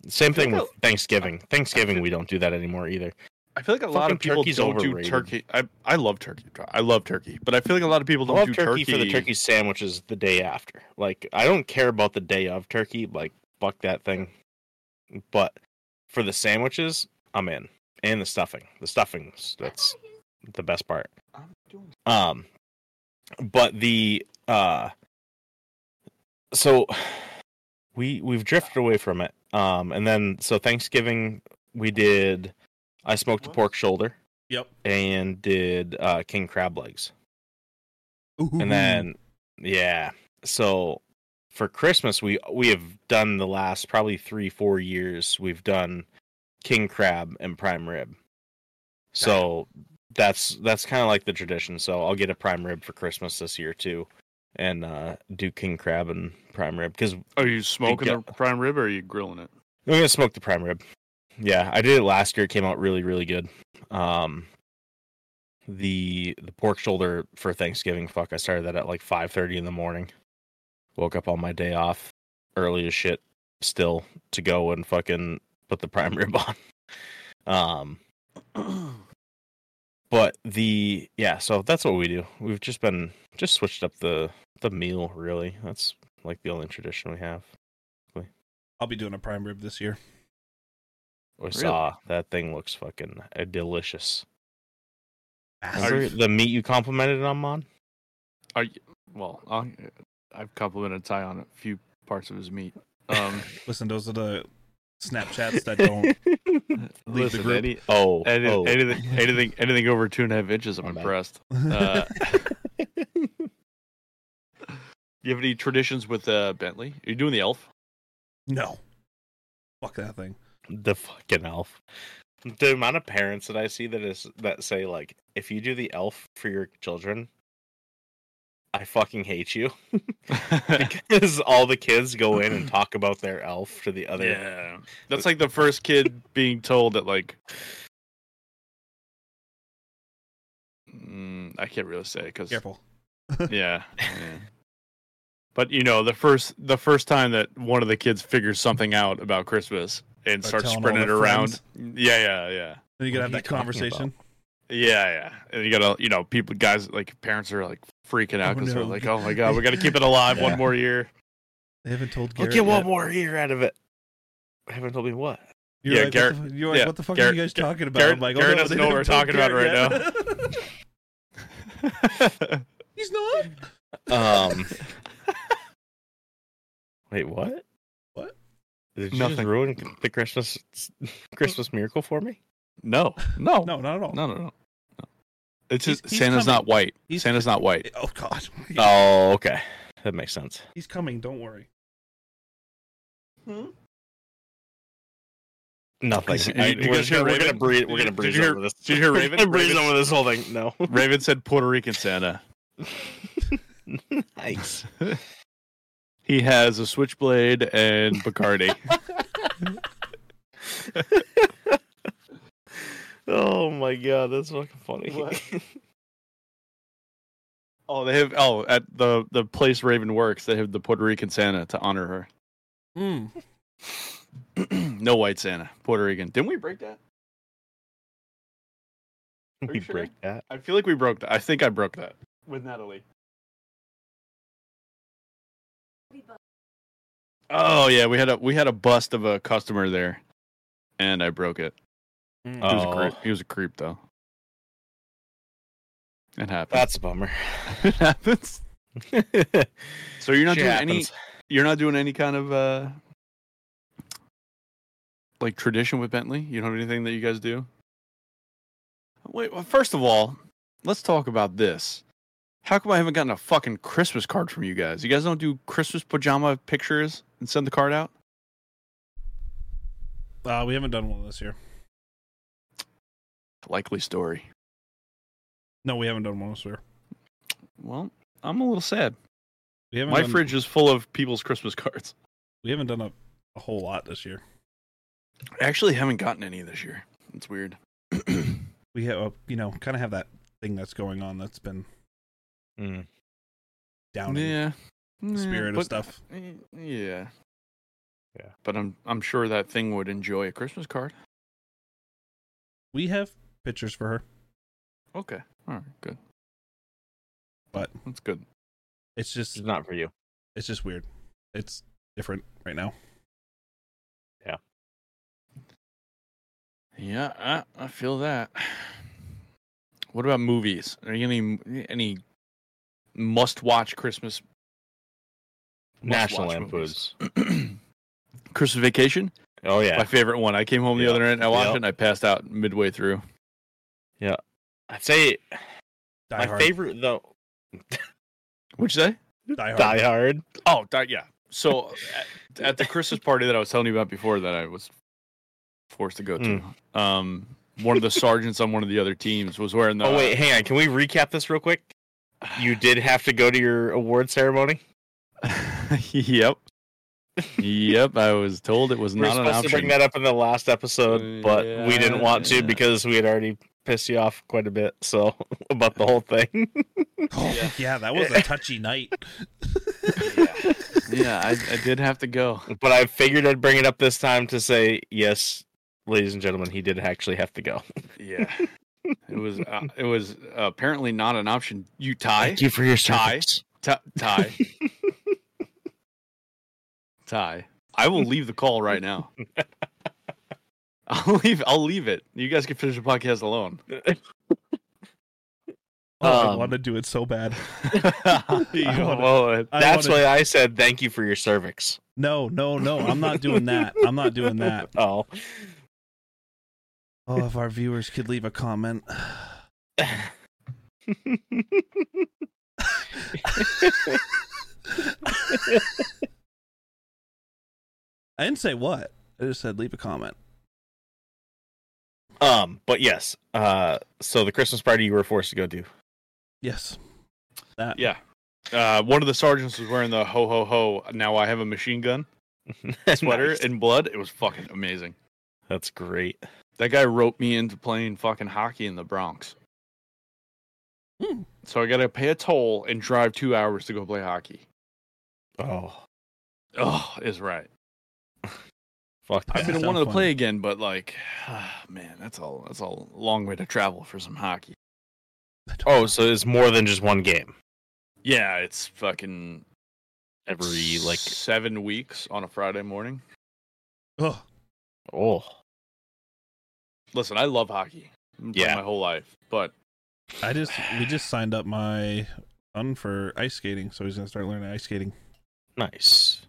Speaker 2: Same
Speaker 3: feel
Speaker 2: thing
Speaker 3: like
Speaker 2: with Thanksgiving. Thanksgiving we don't do that anymore either.
Speaker 3: I feel like a lot
Speaker 2: Fucking
Speaker 3: of people
Speaker 2: turkey's
Speaker 3: don't do
Speaker 2: overrated.
Speaker 3: turkey. I I love turkey. I love turkey, but I feel like a lot of
Speaker 2: I
Speaker 3: people don't
Speaker 2: love
Speaker 3: do
Speaker 2: turkey,
Speaker 3: turkey,
Speaker 2: for the turkey sandwiches the day after. Like I don't care about the day of turkey, like fuck that thing. But for the sandwiches, I'm in. And the stuffing. The stuffings that's the best part.
Speaker 3: I'm doing-
Speaker 2: Um but the uh so we we've drifted away from it. Um and then so Thanksgiving we did I smoked a pork shoulder
Speaker 1: Yep.
Speaker 2: and did uh king crab legs.
Speaker 1: Ooh. Mm-hmm.
Speaker 2: And then yeah. So for Christmas we we have done the last probably 3 4 years we've done king crab and prime rib. So that's that's kind of like the tradition. So I'll get a prime rib for Christmas this year too and uh do king crab and prime rib cuz
Speaker 3: Are you smoking
Speaker 2: Big
Speaker 3: the prime rib or are you grilling it?
Speaker 2: I'm gonna smoke the prime rib. Yeah, I did it last year. It came out really, really good. Um, the the pork shoulder for Thanksgiving. Fuck, I started that at like five thirty in the morning. Woke up on my day off, early as shit, still to go and fucking put the *laughs* prime rib on. Um, *clears throat* but the yeah, so that's what we do. We've just been just switched up the the meal. Really, that's like the only tradition we have.
Speaker 1: I'll be doing a prime rib this year.
Speaker 2: We
Speaker 3: Really?
Speaker 2: saw that thing looks fucking uh, delicious.
Speaker 3: Are
Speaker 2: Remember
Speaker 3: you-
Speaker 2: the meat you complimented on, Mon?
Speaker 3: Are you, well, i I've complimented Ty on a few parts of
Speaker 1: *laughs*
Speaker 3: his meat. Um,
Speaker 1: Listen, those are the Snapchats
Speaker 2: *laughs*
Speaker 1: that *laughs* don't. Leave the
Speaker 3: listen,
Speaker 1: group.
Speaker 3: any,
Speaker 2: Oh,
Speaker 3: any,
Speaker 2: oh.
Speaker 3: anything, anything, anything over two and a half inches, I'm
Speaker 2: My bad.
Speaker 1: *laughs*
Speaker 3: impressed. Uh, you have any traditions with uh, Bentley? Are you doing the elf?
Speaker 1: no. Fuck that thing.
Speaker 2: the fucking elf. The amount of parents that I see that is that say like, if you do the elf for your children, I fucking hate you *laughs* because all the kids go in and talk about their elf to the other.
Speaker 3: yeah, that's like the first
Speaker 1: *laughs*
Speaker 3: kid being told that like. Mm, I can't really say because
Speaker 1: Careful.
Speaker 3: yeah.
Speaker 1: *laughs*
Speaker 3: But you know, the first the first time that one of the kids figures something out about Christmas and
Speaker 1: Start
Speaker 3: starts
Speaker 1: telling all
Speaker 3: spreading it
Speaker 1: their
Speaker 3: around. Yeah, yeah, yeah.
Speaker 1: Then you gotta have
Speaker 2: What
Speaker 1: that
Speaker 2: are you talking
Speaker 1: conversation.
Speaker 3: Yeah, yeah. And you gotta you know, people guys like parents are like freaking out
Speaker 1: Oh,
Speaker 3: because
Speaker 1: no.
Speaker 3: they're like, Oh my god, we gotta *laughs* keep it alive
Speaker 2: Yeah.
Speaker 3: one more *laughs* year.
Speaker 1: They haven't told
Speaker 2: I'll
Speaker 1: Garrett.
Speaker 2: get one
Speaker 1: yet.
Speaker 2: more year out of it. I haven't told me what.
Speaker 1: You're
Speaker 3: Yeah,
Speaker 1: like, what the fu- you're like,
Speaker 3: yeah,
Speaker 1: what the fuck
Speaker 3: Garrett-
Speaker 1: are you guys
Speaker 3: Gar-
Speaker 1: talking about?
Speaker 3: Garrett-
Speaker 1: I'm like, oh,
Speaker 3: Garrett
Speaker 1: no,
Speaker 3: doesn't
Speaker 1: they
Speaker 3: know what
Speaker 1: haven't
Speaker 3: we're
Speaker 1: told
Speaker 3: talking about
Speaker 1: Garrett yet. *laughs* He's not.
Speaker 2: Um. *laughs* Wait, what?
Speaker 1: What?
Speaker 2: Did you just
Speaker 3: Nothing.
Speaker 2: ruin the Christmas Christmas miracle for me?
Speaker 3: no. No. No,
Speaker 1: No, not at all.
Speaker 3: no, no. no. It's
Speaker 1: He's-
Speaker 3: just
Speaker 1: he's
Speaker 3: Santa's
Speaker 1: coming.
Speaker 3: not white.
Speaker 1: He's-
Speaker 3: Santa's not white.
Speaker 1: Oh God.
Speaker 2: Oh, okay. That makes sense.
Speaker 1: *laughs* He's coming. Don't worry.
Speaker 2: Nothing.
Speaker 3: Did you-
Speaker 2: I-
Speaker 3: did you
Speaker 2: we're
Speaker 3: guys
Speaker 2: just
Speaker 3: hear
Speaker 2: gonna, we're gonna
Speaker 3: Raven?
Speaker 2: breathe.
Speaker 3: Did
Speaker 2: We're
Speaker 3: you-
Speaker 2: gonna
Speaker 3: did
Speaker 2: breathe
Speaker 3: you hear-
Speaker 2: over this.
Speaker 3: did you hear
Speaker 2: We're
Speaker 3: *laughs*
Speaker 2: *laughs*
Speaker 3: Raven?
Speaker 2: gonna breeze
Speaker 3: Raven-
Speaker 2: over this whole thing. *laughs* No.
Speaker 3: *laughs* Raven said Puerto Rican Santa.
Speaker 2: nice.
Speaker 3: He has a switchblade and Bacardi.
Speaker 2: Oh my god, that's fucking funny.
Speaker 3: What? *laughs* oh, they have oh at the the place Raven works, they have the Puerto Rican Santa to honor her. *clears throat* Hmm.
Speaker 1: Mm.
Speaker 3: no white Santa, Puerto Rican. Didn't we break that?
Speaker 2: *laughs*
Speaker 3: Are
Speaker 2: we
Speaker 3: you sure?
Speaker 2: break that.
Speaker 3: I feel like we broke that. I think I broke that with Natalie. Oh yeah, we had a we had a bust of a customer there, and I broke it. He was a creep. He was a creep though. It happens.
Speaker 2: that's a bummer.
Speaker 3: *laughs*
Speaker 2: *laughs*
Speaker 3: it happens. So you're not
Speaker 2: Shit
Speaker 3: doing
Speaker 2: happens.
Speaker 3: any. You're not doing any kind of uh, like tradition with Bentley. You don't have anything that you guys do. Wait. Well, first of all, let's talk about this. How come I haven't gotten a fucking Christmas card from you guys? You guys don't do Christmas pajama pictures and send the card out. Oh.
Speaker 1: Uh, we haven't done one this year.
Speaker 3: Likely story.
Speaker 1: No, we haven't done one this year.
Speaker 3: Well, I'm a little sad.
Speaker 1: We haven't
Speaker 3: My
Speaker 1: done,
Speaker 3: fridge is full of people's Christmas cards.
Speaker 1: We haven't done a, a whole lot this year.
Speaker 3: I actually haven't gotten any this year. It's weird. *clears throat*
Speaker 1: We have, uh, you know, kind of have that thing that's going on that's been
Speaker 2: Mm.
Speaker 1: downing the
Speaker 3: Yeah,
Speaker 1: spirit
Speaker 3: but-
Speaker 1: of stuff.
Speaker 3: Y- Yeah.
Speaker 2: Yeah.
Speaker 3: But I'm I'm sure that thing would enjoy a Christmas card.
Speaker 1: We have pictures for her.
Speaker 3: Okay. All right. Good.
Speaker 1: But-
Speaker 3: that's good.
Speaker 1: It's
Speaker 2: It's
Speaker 1: just,
Speaker 2: not for you.
Speaker 1: it's just weird. It's different right now.
Speaker 3: Yeah, I, I feel that. *sighs* What about movies? Are you any any must-watch Christmas? *clears throat*
Speaker 2: National
Speaker 3: must-watch
Speaker 2: Lampoons.
Speaker 3: movies? Christmas Vacation,
Speaker 2: Oh yeah,
Speaker 3: my favorite one. I came home the
Speaker 2: Yep.
Speaker 3: other night and I watched
Speaker 2: Yep.
Speaker 3: it and I passed out midway through.
Speaker 2: I'd say
Speaker 1: Die
Speaker 2: my
Speaker 1: Hard.
Speaker 2: favorite though.
Speaker 3: What'd you say?
Speaker 1: Die Hard.
Speaker 2: Die Hard.
Speaker 3: Oh, that, yeah.
Speaker 2: *laughs*
Speaker 3: So at, at the Christmas party that I was telling you about before that I was forced to go to,
Speaker 2: Mm.
Speaker 3: um, one of
Speaker 2: *laughs*
Speaker 3: the sergeants on one of the other teams was wearing the.
Speaker 2: oh wait, hang on. Can we recap this real
Speaker 3: *sighs*
Speaker 2: quick? You did have to go to your award ceremony.
Speaker 3: *laughs* yep. Yep. I was told it was
Speaker 2: We were
Speaker 3: not an
Speaker 2: supposed to bring
Speaker 3: option. Uh,
Speaker 2: that up in the last episode, but we didn't want to
Speaker 3: Yeah.
Speaker 2: because we had already pissed you off quite a bit. So *laughs* about the whole
Speaker 3: *laughs*
Speaker 2: thing.
Speaker 1: *laughs* Oh, yeah.
Speaker 3: Yeah.
Speaker 1: that was
Speaker 3: *laughs*
Speaker 1: a touchy night.
Speaker 3: yeah, I, I did have
Speaker 2: *laughs*
Speaker 3: to go.
Speaker 2: but I figured I'd bring it up this time to say yes, ladies and gentlemen, he did actually have to go.
Speaker 3: Yeah. It was. Uh, it was apparently not an option. You tie.
Speaker 2: you for your
Speaker 3: Ty. *laughs* T- tie. tie. I will leave the call right now. I'll leave. I'll leave it. You guys can finish the podcast alone.
Speaker 1: Oh, I
Speaker 2: Um,
Speaker 1: want to do it so bad. *laughs*
Speaker 2: I
Speaker 1: wanna-
Speaker 2: wanna-
Speaker 1: I
Speaker 2: that's
Speaker 1: wanna-
Speaker 2: why I said thank you for your cervix.
Speaker 1: No, no, no. I'm not doing that. I'm not doing that.
Speaker 2: *laughs* Oh,
Speaker 1: *laughs*
Speaker 3: *laughs*
Speaker 1: Oh, if our viewers could leave a comment. I didn't say what. I just said leave a comment.
Speaker 2: um, but yes. Uh, so the Christmas party you were forced to go *laughs* to.
Speaker 1: Yes. That.
Speaker 3: yeah. Uh, one of the sergeants was wearing the ho ho ho. Now I have a machine gun sweater
Speaker 2: Nice.
Speaker 3: in blood. It was fucking amazing.
Speaker 2: That's great.
Speaker 3: That guy roped me into playing fucking hockey in the Bronx.
Speaker 1: Hmm.
Speaker 3: So I got to pay a toll and drive two hours to go play hockey.
Speaker 2: Oh,
Speaker 3: Oh, is right.
Speaker 2: fuck.
Speaker 1: I've
Speaker 3: I've
Speaker 1: been
Speaker 2: That.
Speaker 3: been
Speaker 1: so
Speaker 3: wanting to
Speaker 1: fun.
Speaker 3: play again, but like, *sighs* ah, man, that's all. That's a long way to travel for some hockey.
Speaker 2: Oh, so it's more than just one game.
Speaker 3: Yeah, it's fucking
Speaker 2: Every like,
Speaker 3: seven weeks on a Friday morning.
Speaker 1: Ugh.
Speaker 2: oh,
Speaker 3: Listen, I love hockey. I've played
Speaker 2: Yeah.
Speaker 3: my whole life, but
Speaker 1: I just we just signed up my son for ice skating, so he's gonna start learning ice skating.
Speaker 2: nice.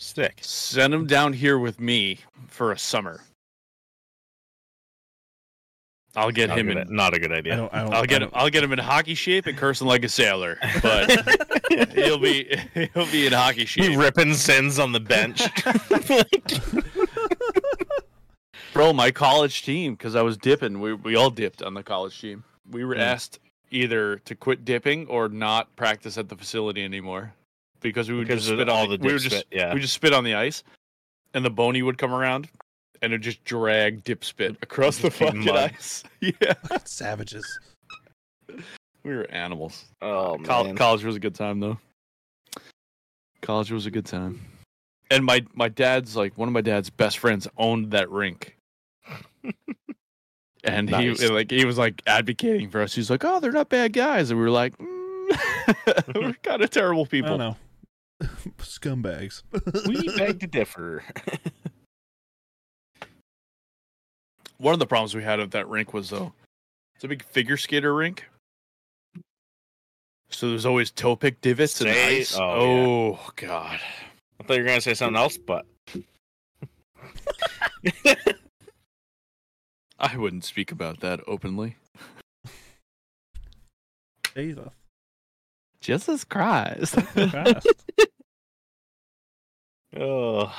Speaker 2: Sick.
Speaker 3: send him down here with me for a summer. I'll get
Speaker 2: Not a
Speaker 3: him
Speaker 2: good-
Speaker 3: in.
Speaker 2: not a good
Speaker 1: I
Speaker 2: idea.
Speaker 1: don't. I don't
Speaker 3: I'll get
Speaker 1: I
Speaker 3: him. I'll get him in hockey shape and cursing like
Speaker 2: *laughs*
Speaker 3: a sailor. But he'll be *laughs* he'll be in hockey
Speaker 2: Be
Speaker 3: shape.
Speaker 2: ripping sins on the *laughs* bench.
Speaker 3: Bro, my college team, because I was dipping. We we all dipped on the college team. We were
Speaker 2: Mm.
Speaker 3: asked either to quit dipping or not practice at the facility anymore because we would
Speaker 2: because
Speaker 3: just
Speaker 2: of
Speaker 3: spit
Speaker 2: all
Speaker 3: on the,
Speaker 2: the
Speaker 3: we would
Speaker 2: dip
Speaker 3: just
Speaker 2: spit, yeah.
Speaker 3: we just spit on the ice, and the bony would come around, and it would just drag dip spit across the
Speaker 2: Big
Speaker 3: fucking
Speaker 2: mud.
Speaker 3: ice. *laughs* yeah,
Speaker 1: don't- *laughs* Savages.
Speaker 3: we were animals.
Speaker 2: oh
Speaker 3: Col- college was a good time though. College was a good time. And my *laughs* my dad's like one of my dad's best friends owned that rink. and
Speaker 2: Nice.
Speaker 3: he and, like he was like advocating for us. He's like, "Oh, they're not bad guys," and we were like, mm, *laughs* "We're kind of terrible
Speaker 1: I don't
Speaker 3: people."
Speaker 1: know. *laughs* Scumbags. *laughs*
Speaker 2: *laughs* We beg to differ.
Speaker 3: One of the problems we had at that rink was though, it's a big figure skater rink, so there's always toe pick divots and
Speaker 2: Say-
Speaker 3: ice.
Speaker 2: oh,
Speaker 3: oh god,
Speaker 2: I thought you were gonna say something else, but
Speaker 3: I wouldn't speak about that openly.
Speaker 1: Jesus
Speaker 3: Jesus *laughs* Christ.
Speaker 1: Christ.
Speaker 2: oh,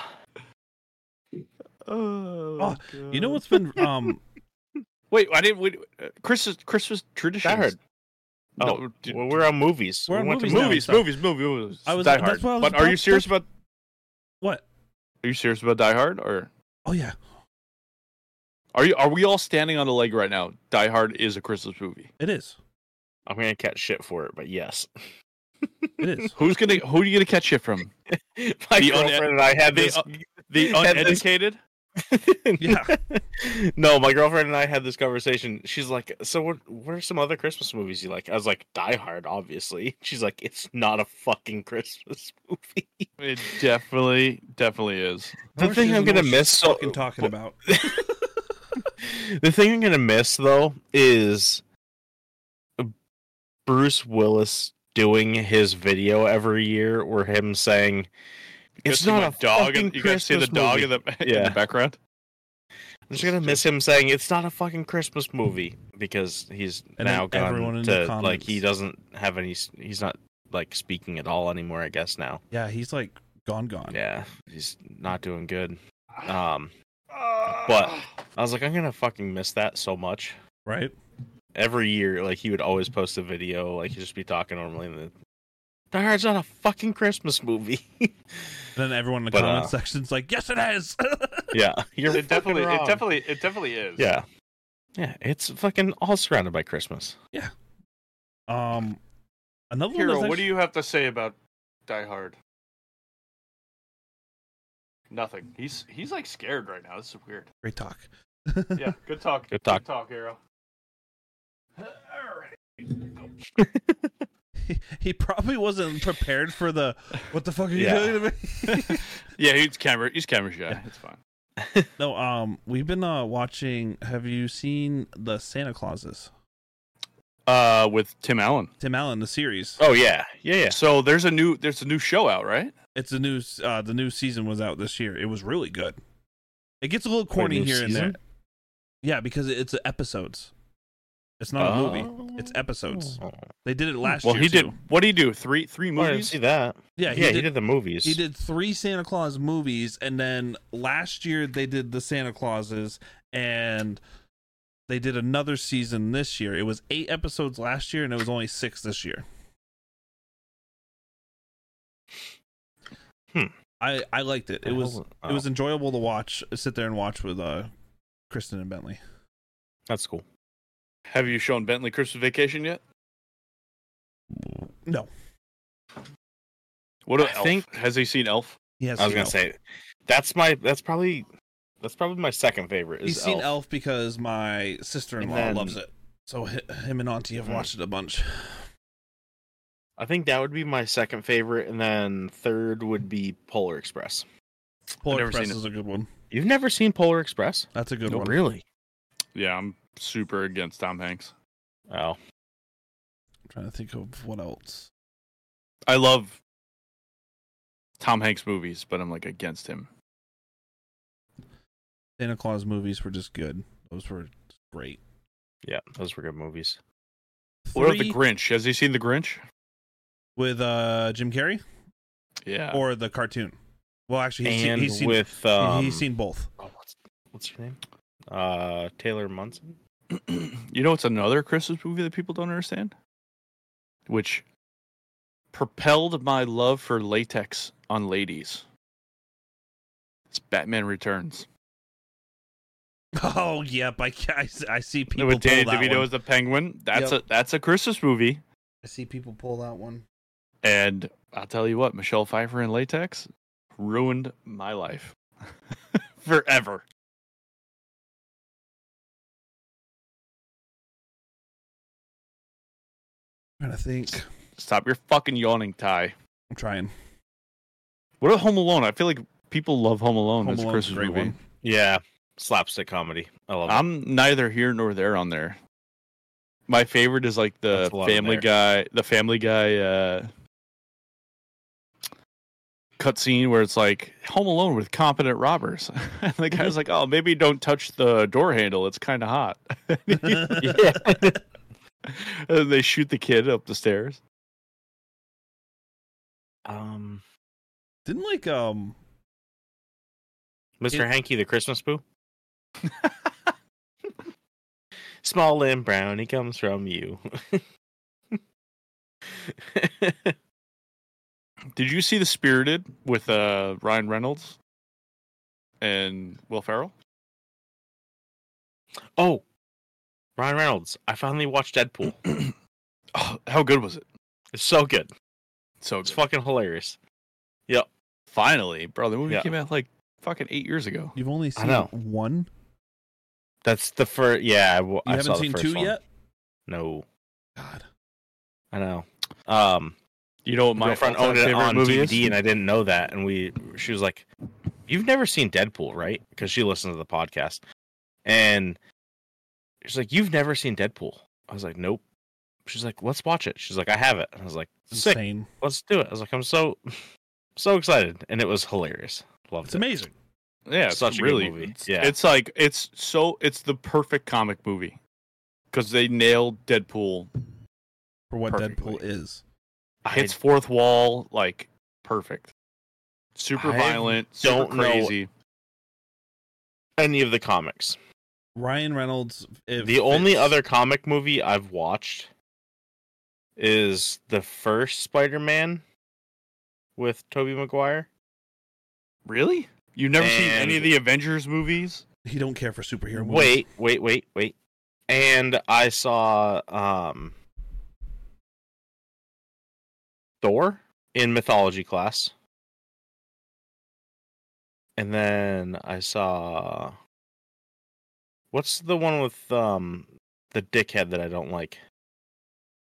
Speaker 3: oh,
Speaker 1: you know what's been um
Speaker 3: Wait, I didn't. Wait, uh, Chris is Christmas traditions.
Speaker 2: Die Hard.
Speaker 3: No,
Speaker 2: Oh,
Speaker 3: dude,
Speaker 2: well, we're on movies.
Speaker 1: We're
Speaker 2: we
Speaker 1: on
Speaker 2: went
Speaker 1: movies
Speaker 2: to
Speaker 1: now.
Speaker 2: movies.
Speaker 3: movies,
Speaker 1: so-
Speaker 3: movies, movies, movies.
Speaker 1: I was-
Speaker 3: Die
Speaker 1: that's
Speaker 3: Hard.
Speaker 1: what I was
Speaker 3: but are
Speaker 1: about
Speaker 3: you
Speaker 1: to-
Speaker 3: serious about?
Speaker 1: what?
Speaker 3: Are you serious about Die Hard or
Speaker 1: Oh yeah.
Speaker 3: are you? Are we all standing on a leg right now? Die Hard is a Christmas movie.
Speaker 1: It is.
Speaker 2: I'm gonna catch shit for it, but yes, *laughs*
Speaker 1: It is.
Speaker 3: Who's gonna? Who are you gonna catch shit from?
Speaker 2: my
Speaker 3: The un-
Speaker 2: girlfriend and I had *laughs*
Speaker 3: the
Speaker 2: this.
Speaker 3: *laughs* The
Speaker 2: had this-
Speaker 3: uneducated.
Speaker 1: Yeah.
Speaker 2: *laughs* no, my girlfriend and I had this conversation. She's like, "So what? What are some other Christmas movies you like?" I was like, "Die Hard, obviously." *laughs* She's like, "It's not a fucking Christmas *laughs* movie."
Speaker 3: It definitely, definitely is.
Speaker 1: I
Speaker 2: The
Speaker 1: wish
Speaker 2: thing
Speaker 1: she doesn't
Speaker 2: I'm gonna
Speaker 1: know what
Speaker 2: miss
Speaker 1: she's
Speaker 2: so
Speaker 1: fucking talking about.
Speaker 2: *laughs* the thing I'm gonna miss though is Bruce Willis doing his video every year, or him saying, "It's
Speaker 3: Guess you
Speaker 2: not a
Speaker 3: want dog.
Speaker 2: fucking
Speaker 3: And, you guys see the
Speaker 2: Christmas
Speaker 3: dog
Speaker 2: movie."
Speaker 3: in the, *laughs* in
Speaker 2: Yeah.
Speaker 3: the background.
Speaker 2: I'm just gonna miss him saying it's not a fucking Christmas movie because he's
Speaker 1: And
Speaker 2: now
Speaker 1: then everyone
Speaker 2: gone
Speaker 1: in
Speaker 2: to
Speaker 1: the
Speaker 2: like he
Speaker 1: comments.
Speaker 2: doesn't have any. s- He's not like speaking at all anymore. I guess now.
Speaker 1: Yeah, he's like gone gone.
Speaker 2: Yeah, he's not doing good. Um,
Speaker 3: Ah.
Speaker 2: but I was like, I'm gonna fucking miss that so much.
Speaker 1: Right?
Speaker 2: Every year, like he would always post a video, like he'd just be talking normally. And then, Die Hard's not a fucking Christmas movie. *laughs*
Speaker 1: then everyone in the
Speaker 2: But,
Speaker 1: comment
Speaker 2: uh,
Speaker 1: section's like, Yes it is *laughs*
Speaker 2: yeah, you're
Speaker 3: it definitely,
Speaker 2: wrong.
Speaker 3: it definitely, it definitely is.
Speaker 2: yeah, yeah. It's fucking all surrounded by
Speaker 1: *laughs*
Speaker 2: Christmas.
Speaker 1: Um another one
Speaker 3: Hero,
Speaker 1: that's
Speaker 3: what do
Speaker 1: actually-
Speaker 3: you have to say about Die Hard? Nothing. He's he's like scared right now. This is weird.
Speaker 1: great talk. *laughs*
Speaker 3: *laughs* Yeah, good talk.
Speaker 2: Good talk.
Speaker 3: Hero. All right.
Speaker 1: He, he probably wasn't prepared for the what the fuck are you
Speaker 2: Yeah.
Speaker 1: doing to me?
Speaker 3: *laughs*
Speaker 1: *laughs*
Speaker 3: Yeah, he's camera. He's camera shy.
Speaker 1: Yeah.
Speaker 3: It's fine.
Speaker 1: no, um we've been uh watching have you seen the Santa Clauses?
Speaker 3: Uh, with Tim Allen.
Speaker 1: Tim Allen, the series.
Speaker 2: Oh yeah, yeah, yeah.
Speaker 3: So there's a new there's a new show out, right?
Speaker 1: It's a new uh the new season was out this year. It was really good. It gets a little corny
Speaker 2: new
Speaker 1: here and there.
Speaker 2: season?
Speaker 1: Yeah, because it's episodes. It's not
Speaker 2: Uh-huh. Oh.
Speaker 1: a movie. It's episodes. They did it last
Speaker 3: Well,
Speaker 1: year.
Speaker 3: he did.
Speaker 1: too.
Speaker 3: What did he do? Three three
Speaker 2: I Oh. didn't
Speaker 3: movies.
Speaker 2: see that.
Speaker 1: Yeah, he
Speaker 2: yeah,
Speaker 1: did,
Speaker 2: he did the movies.
Speaker 1: he did three Santa Claus movies, and then last year they did the Santa Clauses, and they did another season this year. It was eight episodes last year, and it was only six this year.
Speaker 2: Hmm.
Speaker 1: I I liked it. It
Speaker 2: uh,
Speaker 1: was it was enjoyable to watch. Sit there and watch with uh, Kristen and Bentley.
Speaker 2: that's cool.
Speaker 3: Have you shown Bentley Christmas Vacation yet?
Speaker 1: No,
Speaker 3: What
Speaker 2: I
Speaker 3: about Elf?
Speaker 2: think-
Speaker 3: Has he seen Elf?
Speaker 1: he has.
Speaker 2: I was
Speaker 1: seen
Speaker 2: gonna
Speaker 1: Elf.
Speaker 2: say that's my that's probably that's probably my second favorite. Is
Speaker 1: he's seen
Speaker 2: Elf.
Speaker 1: Elf because my sister in law
Speaker 2: And then-
Speaker 1: loves it. So hi- him and Auntie have
Speaker 2: Hmm.
Speaker 1: watched it a bunch.
Speaker 2: I think that would be my second favorite, and then third would be Polar Express.
Speaker 1: Polar
Speaker 3: never seen
Speaker 1: Express
Speaker 3: it.
Speaker 1: is a good one.
Speaker 2: You've never seen Polar Express?
Speaker 1: That's a good one.
Speaker 2: really?
Speaker 3: Yeah, I'm super against Tom Hanks.
Speaker 2: Oh,
Speaker 1: trying to think of what else.
Speaker 3: I love Tom Hanks movies, but I'm like against him.
Speaker 1: Santa Claus movies were just good. Those were great.
Speaker 2: yeah, those were good movies.
Speaker 3: What about
Speaker 1: Three
Speaker 3: the Grinch? Has he seen the Grinch?
Speaker 1: with uh, Jim Carrey
Speaker 3: Yeah.
Speaker 1: or the cartoon? Well, actually, he's, seen,
Speaker 2: and
Speaker 1: he's seen
Speaker 2: with
Speaker 1: he-
Speaker 2: um,
Speaker 1: he's seen both. *laughs*
Speaker 2: oh, what's, what's her name? Uh, Taylor Munson.
Speaker 3: *clears throat* you know, it's another Christmas movie that people don't understand, which propelled my love for latex on ladies. It's Batman Returns.
Speaker 1: Oh, yep. I ca- I, s- I see people
Speaker 3: With Danny
Speaker 1: pull that
Speaker 3: DeVito
Speaker 1: one.
Speaker 3: as the Penguin. That's
Speaker 1: Yep.
Speaker 3: a that's a Christmas movie,
Speaker 1: I see people pull that one.
Speaker 3: and I'll tell you what, Michelle Pfeiffer in latex ruined my *laughs* life forever.
Speaker 1: trying to think.
Speaker 3: Stop your fucking yawning, Ty.
Speaker 1: I'm trying.
Speaker 3: What about Home Alone? I feel like people love Home
Speaker 2: Oh,
Speaker 3: Alone.
Speaker 1: Home
Speaker 3: That's
Speaker 1: Alone's
Speaker 3: a
Speaker 1: a
Speaker 3: Christmas
Speaker 1: great
Speaker 3: movie.
Speaker 1: one.
Speaker 2: Yeah, slapstick comedy. I love
Speaker 1: Um,
Speaker 2: it.
Speaker 3: I'm neither here nor there on there. My favorite is like the
Speaker 2: That's a lot on
Speaker 3: Family Guy, the Family Guy uh, cutscene where it's like Home Alone with competent robbers. *laughs* and the guy's like, "Oh, maybe don't touch the door handle; it's kind of hot." *laughs*
Speaker 2: *laughs* Yeah.
Speaker 3: and they shoot the kid up the stairs.
Speaker 2: Um,
Speaker 1: *laughs* Didn't like um
Speaker 2: Mr.
Speaker 1: It-
Speaker 2: Hanky, the
Speaker 1: *laughs*
Speaker 2: Christmas poo. Small and brown, he comes from you. *laughs*
Speaker 3: Did you see the Spirited with uh, Ryan Reynolds and Will Ferrell?
Speaker 2: oh, Ryan Reynolds. I finally watched
Speaker 3: *clears throat*
Speaker 2: Deadpool.
Speaker 3: Oh, how good was it?
Speaker 2: It's so good.
Speaker 3: So
Speaker 2: It's fucking hilarious.
Speaker 3: finally, bro, the movie
Speaker 2: Yeah.
Speaker 3: came out like fucking eight years ago.
Speaker 1: you've only
Speaker 2: I
Speaker 1: seen
Speaker 2: know.
Speaker 1: one?
Speaker 2: That's the first. Yeah, I, w-
Speaker 1: You
Speaker 2: I saw
Speaker 1: haven't
Speaker 2: the
Speaker 1: seen
Speaker 2: first
Speaker 1: two
Speaker 2: one.
Speaker 1: yet?
Speaker 2: No,
Speaker 1: God.
Speaker 2: I know. Um,
Speaker 3: You know what
Speaker 2: my
Speaker 3: my
Speaker 2: friend
Speaker 3: all-time
Speaker 2: owned it
Speaker 3: favorite
Speaker 2: on
Speaker 3: movie
Speaker 2: DVD,
Speaker 3: is?
Speaker 2: and I didn't know that. And we, she was like, "You've never seen Deadpool, right?" Because she listens to the podcast, and she's like, "You've never seen Deadpool." I was like, "Nope." She's like, "Let's watch it." She's like, "I have it." I was like, "Sick,
Speaker 1: Insane.
Speaker 2: let's do it." I was like, "I'm so, *laughs* so excited," and it was hilarious. Loved
Speaker 1: It's
Speaker 2: it.
Speaker 1: amazing.
Speaker 3: yeah, it's
Speaker 2: Such a good
Speaker 3: really,
Speaker 2: movie.
Speaker 3: It's,
Speaker 2: Yeah.
Speaker 3: it's like it's so it's the perfect comic movie because they nailed Deadpool,
Speaker 1: For what
Speaker 3: Perfectly.
Speaker 1: Deadpool is.
Speaker 2: I
Speaker 3: hits fourth wall like perfect, super
Speaker 2: I
Speaker 3: violent, super
Speaker 2: don't know-
Speaker 3: crazy.
Speaker 2: any of the comics.
Speaker 1: Ryan Reynolds it
Speaker 2: the only
Speaker 1: fits.
Speaker 2: other comic movie I've watched is the first Spider-Man with Tobey Maguire.
Speaker 3: Really? You've never seen any of
Speaker 2: And-
Speaker 3: the Avengers movies?
Speaker 1: he don't care for superhero movies.
Speaker 2: Wait, wait, wait, wait. And I saw um Thor in mythology class. And then I saw what's the one with um the dickhead that I don't like?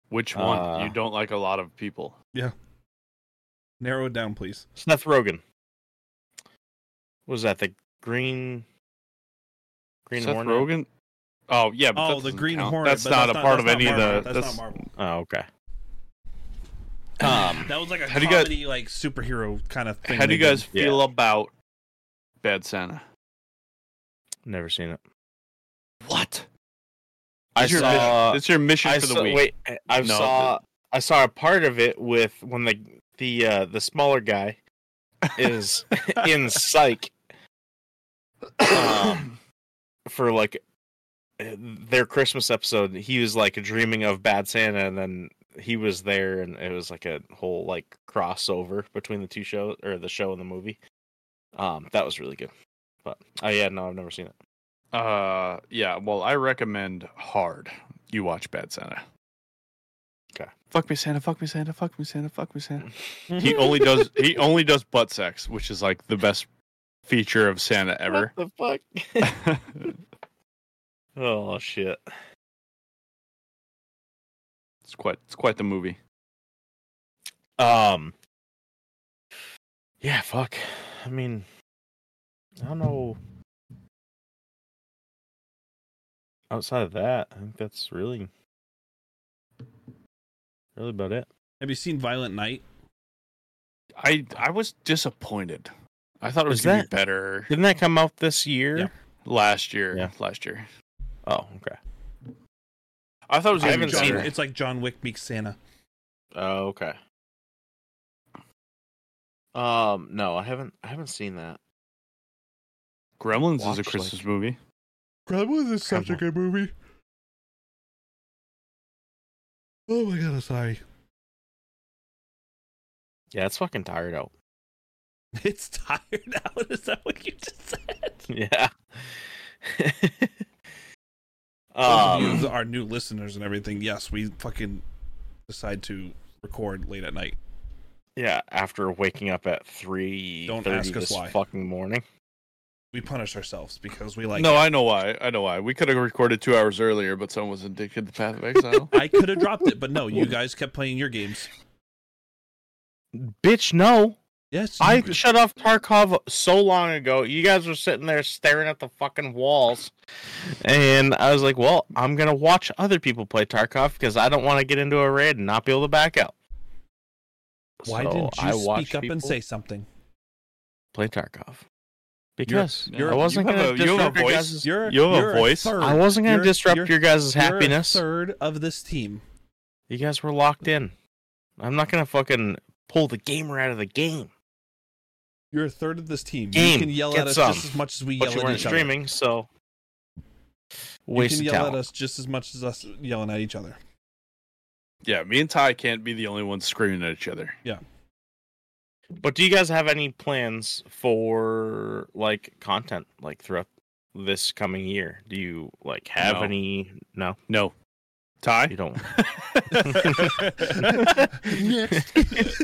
Speaker 3: Which one?
Speaker 2: Uh,
Speaker 3: you don't like a lot of people.
Speaker 1: Narrow it down, please.
Speaker 2: Seth Rogen. What was that the green? Green
Speaker 3: Seth
Speaker 2: Hornet.
Speaker 3: Rogan. Oh yeah, but that
Speaker 1: Oh, the
Speaker 3: doesn't
Speaker 1: Green
Speaker 3: count.
Speaker 1: Hornet.
Speaker 3: That's
Speaker 1: but
Speaker 3: not a part of
Speaker 1: not
Speaker 3: any
Speaker 1: Marvel.
Speaker 3: of the.
Speaker 1: That's,
Speaker 3: That's,
Speaker 1: not Marvel.
Speaker 2: Oh, okay. Um,
Speaker 1: that was like a
Speaker 3: how do you guys-
Speaker 1: comedy, like superhero kind of thing.
Speaker 3: how do
Speaker 1: they
Speaker 3: you guys
Speaker 1: did.
Speaker 2: Yeah.
Speaker 3: feel about Bad Santa?
Speaker 2: Never seen it.
Speaker 3: What?
Speaker 2: I
Speaker 3: It's your
Speaker 2: saw.
Speaker 3: mission, it's your mission
Speaker 2: I
Speaker 3: for the
Speaker 2: saw-
Speaker 3: week. *coughs*
Speaker 2: Wait, I- I
Speaker 3: No,
Speaker 2: saw. I saw a part of it with when the the uh, the smaller guy
Speaker 3: *laughs*
Speaker 2: is in psych um, for like their Christmas episode. He was like dreaming of Bad Santa, and then he was there, and it was like a whole like crossover between the two shows or the show and the movie. Um, that was really good. But oh yeah, no, I've never seen it.
Speaker 3: Uh, yeah. Well, I recommend hard. You watch Bad Santa.
Speaker 2: Okay.
Speaker 3: Fuck me, Santa. Fuck me, Santa. Fuck me, Santa. Fuck me, *laughs* Santa. he only does. He only does butt sex, which is like the best feature of Santa *laughs* ever.
Speaker 2: What the fuck? *laughs*
Speaker 3: it's
Speaker 2: oh shit.
Speaker 3: quite. It's quite the movie.
Speaker 2: Um. Yeah, fuck. I mean, I don't know. Outside of that, I think that's really, really about it.
Speaker 1: Have you seen Violent Night?
Speaker 3: I I was disappointed. I thought it was
Speaker 2: Is
Speaker 3: gonna
Speaker 2: that-
Speaker 3: be better
Speaker 2: Didn't that come out this year?
Speaker 1: Yeah.
Speaker 3: last year.
Speaker 2: Yeah.
Speaker 3: Last year.
Speaker 2: Oh, okay.
Speaker 3: I thought it was
Speaker 2: I
Speaker 3: gonna be
Speaker 2: haven't
Speaker 1: John,
Speaker 2: seen
Speaker 3: better.
Speaker 2: it.
Speaker 1: It's like John Wick meets Santa.
Speaker 2: Oh, okay. Um, no, I haven't. I haven't seen that.
Speaker 3: Gremlins is
Speaker 2: Watch,
Speaker 3: a
Speaker 2: like-
Speaker 3: Christmas movie.
Speaker 1: Gremlins is
Speaker 2: such a
Speaker 1: good movie. Oh my god, I'm sorry.
Speaker 2: Yeah, it's fucking tired out.
Speaker 1: *laughs*
Speaker 2: *laughs*
Speaker 1: It's tired *laughs* out. Is that what you just said?
Speaker 2: Yeah.
Speaker 1: Those
Speaker 2: um,
Speaker 1: of you, our new listeners and everything. Yes, we fucking decide to record late at night.
Speaker 2: Yeah, after waking up at three
Speaker 1: Don't
Speaker 2: thirty
Speaker 1: ask us
Speaker 2: this
Speaker 1: why.
Speaker 2: fucking morning.
Speaker 1: we punish ourselves because we like.
Speaker 3: no, I know why. I know why. We could have recorded two hours earlier, but someone was addicted to Path
Speaker 2: *laughs*
Speaker 3: of Exile.
Speaker 1: I could have dropped it, but no, you guys kept playing your games.
Speaker 2: Bitch, no.
Speaker 1: Yes, you
Speaker 2: I
Speaker 1: could-
Speaker 2: shut off Tarkov so long ago. You guys were sitting there staring at the fucking walls. And I was like, well, I'm going to watch other people play Tarkov because I don't want to get into a raid and not be able to back out.
Speaker 1: Why
Speaker 2: So
Speaker 1: didn't you
Speaker 2: I watched
Speaker 1: speak up and
Speaker 2: people
Speaker 1: say something?
Speaker 2: play Tarkov? Because
Speaker 3: you're-
Speaker 2: I wasn't
Speaker 3: you have
Speaker 2: going
Speaker 3: a-
Speaker 2: to
Speaker 3: you have a
Speaker 2: disrupt your
Speaker 3: voice.
Speaker 2: guys'
Speaker 1: You're
Speaker 3: You have a
Speaker 1: you're
Speaker 3: voice?
Speaker 1: third-
Speaker 2: I wasn't going to
Speaker 1: you're-
Speaker 2: disrupt
Speaker 1: you're-
Speaker 2: your guys'
Speaker 1: you're a
Speaker 2: happiness.
Speaker 1: third of this team.
Speaker 2: You guys were locked in. I'm not going to fucking pull the gamer out of the game.
Speaker 1: You're a third of this team. you
Speaker 2: Game,
Speaker 1: can yell
Speaker 2: get
Speaker 1: at us
Speaker 2: some.
Speaker 1: just as much as we
Speaker 2: But you
Speaker 1: yell at
Speaker 2: weren't
Speaker 1: each other.
Speaker 2: streaming, so.
Speaker 1: You
Speaker 2: Waste
Speaker 1: can
Speaker 2: of
Speaker 1: yell at
Speaker 2: talent.
Speaker 1: us just as much as us yelling at each
Speaker 2: *laughs*
Speaker 1: other. *laughs*
Speaker 3: yeah, me and Ty can't be the only ones screaming at each other.
Speaker 2: But do you guys have any plans for like content like throughout this coming year? Do you like have
Speaker 3: No.
Speaker 2: any?
Speaker 1: *laughs*
Speaker 2: No,
Speaker 3: No,
Speaker 2: you
Speaker 3: Ty.
Speaker 2: don't. *laughs* *laughs*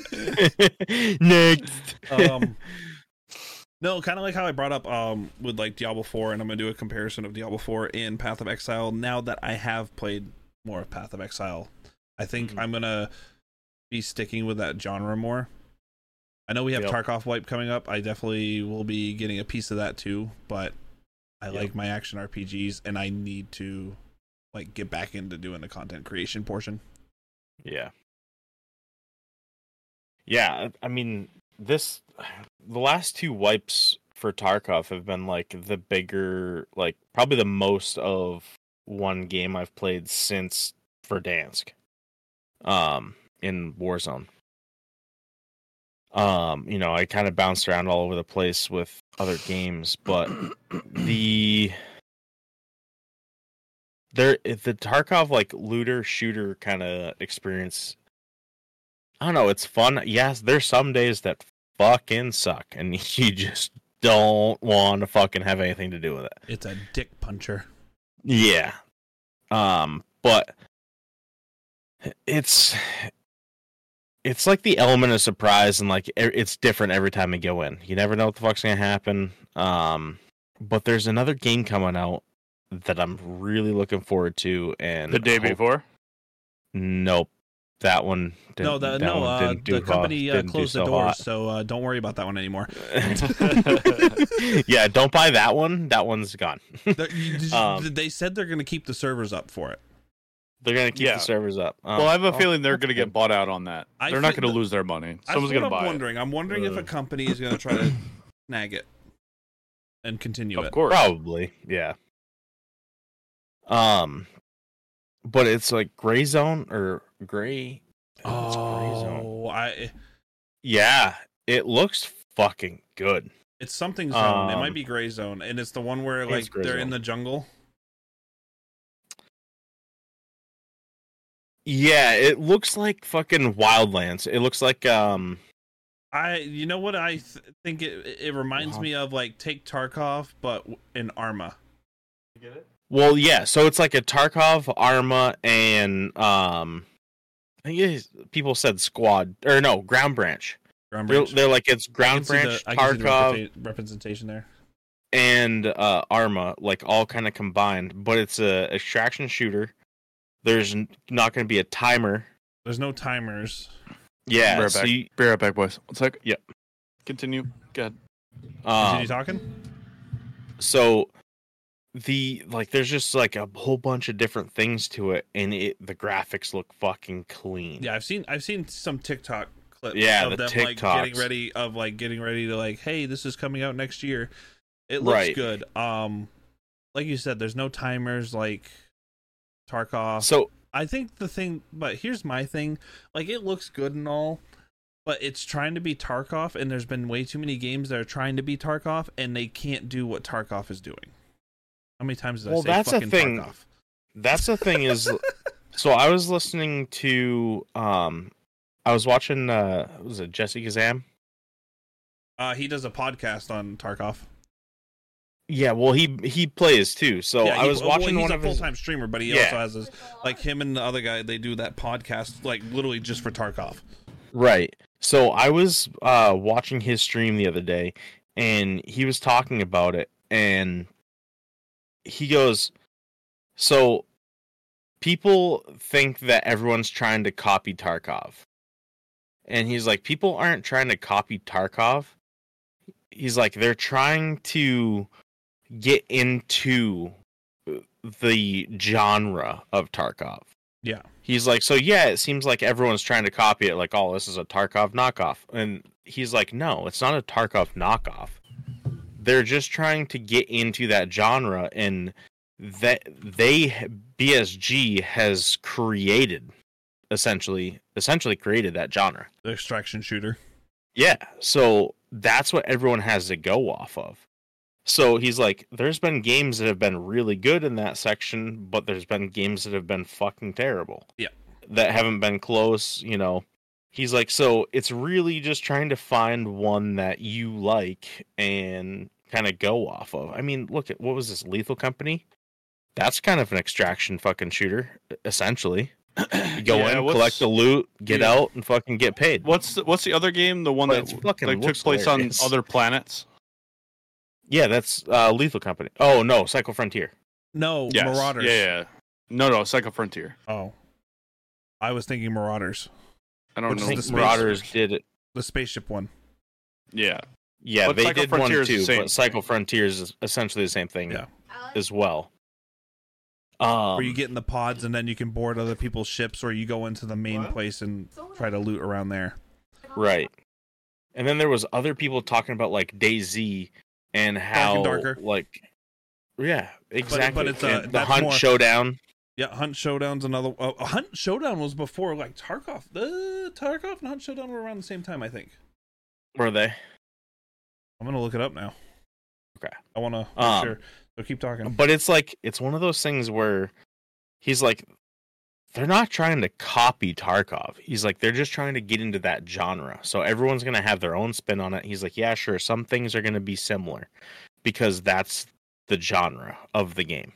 Speaker 1: *laughs*
Speaker 2: Next. *laughs*
Speaker 1: um *laughs* no kind of like how i brought up um with like diablo 4 and i'm gonna do a comparison of diablo 4 and path of exile now that i have played more of path of exile i think
Speaker 2: Mhm.
Speaker 1: i'm gonna be sticking with that genre more i know we have
Speaker 2: Yep.
Speaker 1: tarkov wipe coming up i definitely will be getting a piece of that too but i
Speaker 2: Yep.
Speaker 1: like my action rpgs and i need to like get back into doing the content creation portion
Speaker 2: Yeah. Yeah, I I mean this *sighs* the last two wipes for Tarkov have been like the bigger like probably the most of one game I've played since Verdansk. Um in Warzone. Um, you know, I kind of bounced around all over the place with other games, but the there if the Tarkov like looter shooter kind of experience. I don't know. It's fun. Yes, there's some days that fucking suck, and *laughs* you just don't want to fucking have anything to do with it.
Speaker 1: it's a dick puncher
Speaker 2: Yeah. Um, but it's it's like the element of surprise and like e- it's different every time you go in. You never know what the fuck's going to happen. Um, but there's another game coming out that I'm really looking forward to and
Speaker 3: The day
Speaker 2: hope-
Speaker 3: before.
Speaker 2: Nope. That one didn't
Speaker 1: no the,
Speaker 2: that
Speaker 1: no
Speaker 2: one
Speaker 1: uh,
Speaker 2: didn't do
Speaker 1: the
Speaker 2: ho-
Speaker 1: company uh,
Speaker 2: didn't do
Speaker 1: closed the
Speaker 2: so
Speaker 1: doors
Speaker 2: hot.
Speaker 1: so uh, don't worry about that one anymore
Speaker 2: *laughs* yeah, don't buy that one. That one's
Speaker 1: *laughs*
Speaker 2: gone.
Speaker 1: The- you- did you-
Speaker 2: Um,
Speaker 1: they said they're going to keep the servers up for it.
Speaker 2: They're gonna keep
Speaker 3: Yeah.
Speaker 2: the servers up. Um,
Speaker 3: well, I have a
Speaker 2: oh,
Speaker 3: feeling they're
Speaker 2: that's
Speaker 3: going to
Speaker 2: good.
Speaker 3: get bought out on that.
Speaker 1: I
Speaker 3: they're not
Speaker 1: think
Speaker 3: going to
Speaker 1: the-
Speaker 3: lose their money.
Speaker 1: That's
Speaker 3: Someone's
Speaker 1: what
Speaker 3: going to
Speaker 1: I'm
Speaker 3: buy
Speaker 1: wondering. I'm wondering if a
Speaker 2: Ugh.
Speaker 1: company is going to try
Speaker 2: *coughs*
Speaker 1: to snag it and
Speaker 3: it.
Speaker 1: continue
Speaker 3: Of
Speaker 1: it.
Speaker 3: course.
Speaker 2: Probably, yeah. Um, but it's like gray zone or gray. I think it's Gray Zone.
Speaker 1: Oh, I
Speaker 2: yeah, it looks fucking good.
Speaker 1: it's something zone. it
Speaker 2: Um,
Speaker 1: might be gray zone, and it's the one where
Speaker 2: think it's
Speaker 1: like
Speaker 2: Gray
Speaker 1: they're in
Speaker 2: Zone.
Speaker 1: the jungle.
Speaker 2: Yeah, it looks like fucking Wildlands. It looks like um,
Speaker 1: I you know what I th- think it it reminds
Speaker 2: Wow.
Speaker 1: me of like take Tarkov but w- in Arma.
Speaker 2: well, yeah. So it's like a Tarkov, Arma, and um, I think it is- people said squad or no ground branch.
Speaker 1: Ground
Speaker 2: They're,
Speaker 1: Branch.
Speaker 2: they're like it's
Speaker 1: I can
Speaker 2: ground
Speaker 1: see the-
Speaker 2: branch,
Speaker 1: I can see the
Speaker 2: Tarkov,
Speaker 1: representa- representation there.
Speaker 2: and uh, Arma, like all kind of combined, but it's a extraction shooter. There's n- not going to be a timer.
Speaker 1: There's no timers.
Speaker 2: Yeah,
Speaker 3: Right
Speaker 2: so
Speaker 3: back.
Speaker 2: you-
Speaker 3: Be right back, boys. One sec.
Speaker 2: Yep.
Speaker 3: Continue. Go ahead.
Speaker 1: Is
Speaker 2: um,
Speaker 1: he talking?
Speaker 2: so the like there's just like a whole bunch of different things to it, and it the graphics look fucking clean.
Speaker 1: Yeah, I've seen I've seen some TikTok clips
Speaker 2: Yeah,
Speaker 1: of
Speaker 2: the
Speaker 1: them like getting
Speaker 2: TikToks.
Speaker 1: ready of like getting ready to like, hey, this is coming out next year. It looks
Speaker 2: Right.
Speaker 1: good. Um like you said, there's no timers like Tarkov.
Speaker 2: So
Speaker 1: I think the thing but here's my thing. Like it looks good and all, but it's trying to be Tarkov and there's been way too many games that are trying to be Tarkov and they can't do what Tarkov is doing. How many times did I
Speaker 2: Well,
Speaker 1: say
Speaker 2: that's the
Speaker 1: fucking
Speaker 2: thing.
Speaker 1: Tarkov?
Speaker 2: that's the thing is, so I was listening to um, I was watching uh, what was it Jesse Kazam?
Speaker 1: Uh he does a podcast on Tarkov.
Speaker 2: Yeah, well he he plays too. So
Speaker 1: Yeah,
Speaker 2: I
Speaker 1: he-
Speaker 2: was
Speaker 1: well,
Speaker 2: watching
Speaker 1: he's
Speaker 2: one
Speaker 1: a
Speaker 2: of his
Speaker 1: full-time streamer, but he
Speaker 2: Yeah.
Speaker 1: also has his like him and the other guy. They do that podcast like literally just for Tarkov.
Speaker 2: Right. So I was uh watching his stream the other day and he was talking about it and he goes, So people think that everyone's trying to copy Tarkov. And he's like, People aren't trying to copy Tarkov. He's like, They're trying to get into the genre of Tarkov.
Speaker 1: Yeah.
Speaker 2: He's like, so yeah, it seems like everyone's trying to copy it. Like, oh, this is a Tarkov knockoff. And he's like, no, it's not a Tarkov knockoff. They're just trying to get into that genre and that they BSG has created essentially essentially created that genre.
Speaker 1: The extraction shooter.
Speaker 2: Yeah. So that's what everyone has to go off of. So he's like, there's been games that have been really good in that section, but there's been games that have been fucking terrible.
Speaker 1: Yeah.
Speaker 2: That haven't been close, you know. He's like, so it's really just trying to find one that you like and kind of go off of. I mean, look at what was this Lethal Company? That's kind of an extraction fucking shooter, e-, essentially. You go
Speaker 3: Yeah,
Speaker 2: in,
Speaker 3: what's-
Speaker 2: collect the loot, get
Speaker 3: Yeah.
Speaker 2: out, and fucking get paid.
Speaker 3: What's the, what's the other game? The one
Speaker 2: But
Speaker 3: that
Speaker 2: it's fucking
Speaker 3: like took
Speaker 2: looks
Speaker 3: place
Speaker 2: hilarious.
Speaker 3: on other planets.
Speaker 2: Yeah, that's uh, Lethal Company. Oh no, Cycle Frontier.
Speaker 1: No,
Speaker 3: Yes.
Speaker 1: Marauders.
Speaker 3: Yeah, yeah. No, no, Psycho Frontier.
Speaker 1: Oh. I was thinking Marauders.
Speaker 3: I don't
Speaker 1: Which is
Speaker 2: I
Speaker 3: know.
Speaker 1: the
Speaker 2: think
Speaker 1: space-
Speaker 2: Marauders did it.
Speaker 1: The spaceship one.
Speaker 3: Yeah,
Speaker 2: Yeah,
Speaker 3: But
Speaker 2: they
Speaker 3: Cycle
Speaker 2: did
Speaker 3: Frontier
Speaker 2: one
Speaker 3: is the
Speaker 2: too,
Speaker 3: same
Speaker 2: but Cycle Frontier is essentially the same thing
Speaker 1: Yeah.
Speaker 2: as well. Um,
Speaker 1: where you get in the pods and then you can board other people's ships or you go into the main
Speaker 3: What?
Speaker 1: place and try to loot around there.
Speaker 2: right, and then there was other people talking about like DayZ and how
Speaker 1: and darker.
Speaker 2: like yeah exactly
Speaker 1: but it's, uh,
Speaker 2: And the
Speaker 1: that's
Speaker 2: Hunt
Speaker 1: more-
Speaker 2: Showdown.
Speaker 1: Yeah, Hunt Showdown's another uh, Hunt Showdown was before like Tarkov. The Tarkov and Hunt Showdown were around the same time, I think.
Speaker 2: Were they?
Speaker 1: I'm going to look it up now.
Speaker 2: Okay.
Speaker 1: I want to
Speaker 2: Um,
Speaker 1: sure. So keep talking.
Speaker 2: But it's like it's one of those things where he's like they're not trying to copy Tarkov. He's like they're just trying to get into that genre. So everyone's going to have their own spin on it. He's like, "Yeah, sure, some things are going to be similar because that's the genre of the game."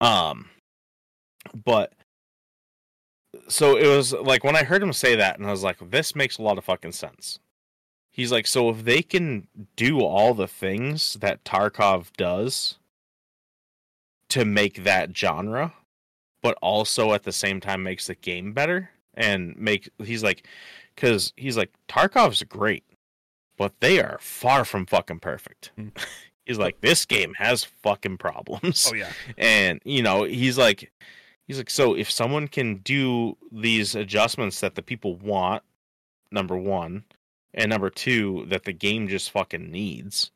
Speaker 2: Um but so it was like when I heard him say that and I was like, "This makes a lot of fucking sense." He's like, "So if they can do all the things that Tarkov does, to make that genre, but also at the same time makes the game better and make he's like because he's like Tarkov's great, but they are far from fucking perfect.
Speaker 1: Mm.
Speaker 2: he's like this game has fucking problems,
Speaker 1: Oh yeah.
Speaker 2: and you know he's like he's like so if someone can do these adjustments that the people want, number one, and number two that the game just fucking needs.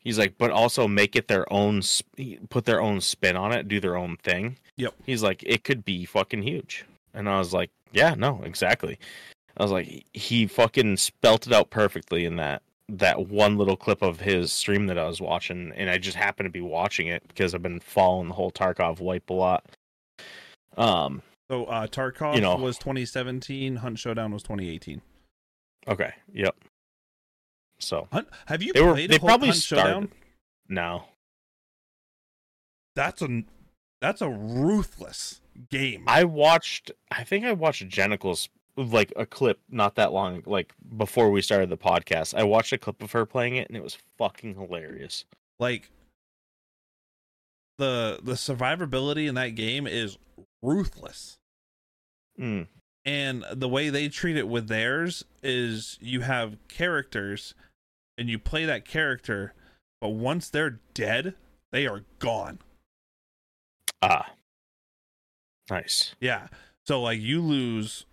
Speaker 2: He's like, but also make it their own, sp- put their own spin on it, do their own thing.
Speaker 1: Yep.
Speaker 2: He's like, it could be fucking huge. And I was like, yeah, no, exactly. I was like, he fucking spelt it out perfectly in that that one little clip of his stream that I was watching, and I just happened to be watching it because I've been following the whole Tarkov wipe a lot. Um.
Speaker 1: So uh Tarkov
Speaker 2: You know.
Speaker 1: was 2017, Hunt Showdown was 2018.
Speaker 2: Okay. Yep. So
Speaker 1: Hunt, have you
Speaker 2: they were.
Speaker 1: played
Speaker 2: They
Speaker 1: a whole
Speaker 2: probably
Speaker 1: Hunt
Speaker 2: started.
Speaker 1: Showdown?
Speaker 2: No.
Speaker 1: That's a that's a ruthless game.
Speaker 2: I watched. I think I watched Jenicles like a clip not that long, like before we started the podcast. I watched a clip of her playing it, and it was fucking hilarious.
Speaker 1: like the the survivability in that game is ruthless
Speaker 2: Mm.
Speaker 1: and the way they treat it with theirs is you have characters and you play that character but once they're dead they are gone
Speaker 2: Ah, nice.
Speaker 1: yeah so like you lose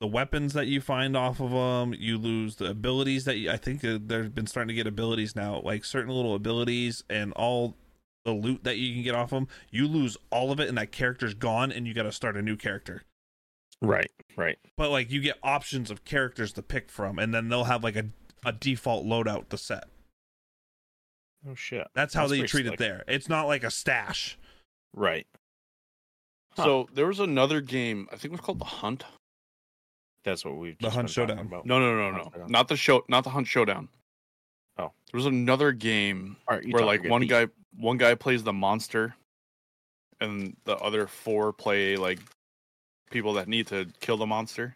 Speaker 1: the weapons that you find off of them you lose the abilities that you, i think uh, they've been starting to get abilities now like certain little abilities and all the loot that you can get off them you lose all of it and that character's gone and you got to start a new character
Speaker 2: Right, right.
Speaker 1: but like you get options of characters to pick from and then they'll have like a, a default loadout to set
Speaker 2: Oh shit.
Speaker 1: that's how
Speaker 2: That's
Speaker 1: they
Speaker 2: pretty
Speaker 1: treat it
Speaker 2: slick.
Speaker 1: there it's not like a stash
Speaker 2: Right. Huh.
Speaker 3: So there was another game. I think it was called The Hunt.
Speaker 2: That's what we've.
Speaker 1: The
Speaker 2: just
Speaker 1: Hunt
Speaker 2: been talking
Speaker 1: Showdown.
Speaker 2: About.
Speaker 3: No, no, no,
Speaker 2: Hunt
Speaker 3: no.
Speaker 2: Showdown.
Speaker 3: Not the show. Not the Hunt Showdown.
Speaker 2: Oh.
Speaker 3: there was another game
Speaker 2: All right, you
Speaker 3: where
Speaker 2: talk,
Speaker 3: like
Speaker 2: you're
Speaker 3: one
Speaker 2: beat.
Speaker 3: guy one guy plays the monster, and the other four play like people that need to kill the monster.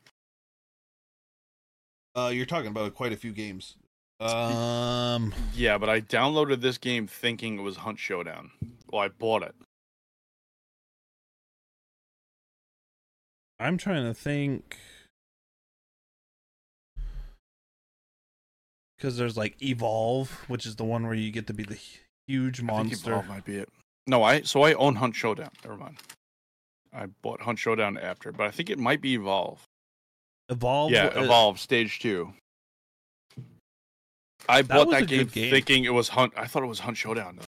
Speaker 1: uh, you're talking about quite a few games
Speaker 4: Um,
Speaker 3: Yeah, but I downloaded this game thinking it was Hunt Showdown. Well, I bought it.
Speaker 1: I'm trying to think. Because there's like Evolve, which is the one where you get to be the hu- huge
Speaker 3: I
Speaker 1: monster.
Speaker 3: think Evolve might be it. No, I so I own Hunt Showdown. Never mind. I bought Hunt Showdown after, but I think it might be Evolve.
Speaker 1: Evolve,
Speaker 3: yeah,
Speaker 1: uh,
Speaker 3: Evolve Stage Two. I bought
Speaker 1: was a
Speaker 3: that game,
Speaker 1: good game.
Speaker 3: thinking it was Hunt. I thought it was Hunt Showdown, though.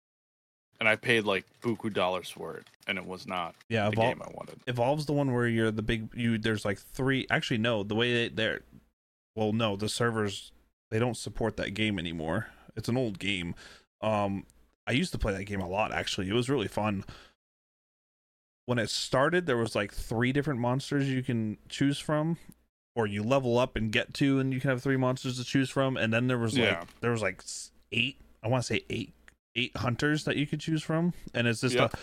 Speaker 3: and I paid like buku dollars for it, and it was not
Speaker 1: yeah,
Speaker 3: the
Speaker 1: Evolve.
Speaker 3: game I wanted.
Speaker 1: Evolve's the one where you're the big you there's like three actually no, the way they, they're well no, the servers they don't support that game anymore. It's an old game. Um I used to play that game a lot actually. It was really fun. When it started, there was like three different monsters you can choose from or you level up and get to and you can have three monsters to choose from and then there was like
Speaker 3: Yeah.
Speaker 1: there was like s- eight, I want to say eight eight hunters that you could choose from and it's just
Speaker 3: Yeah.
Speaker 1: a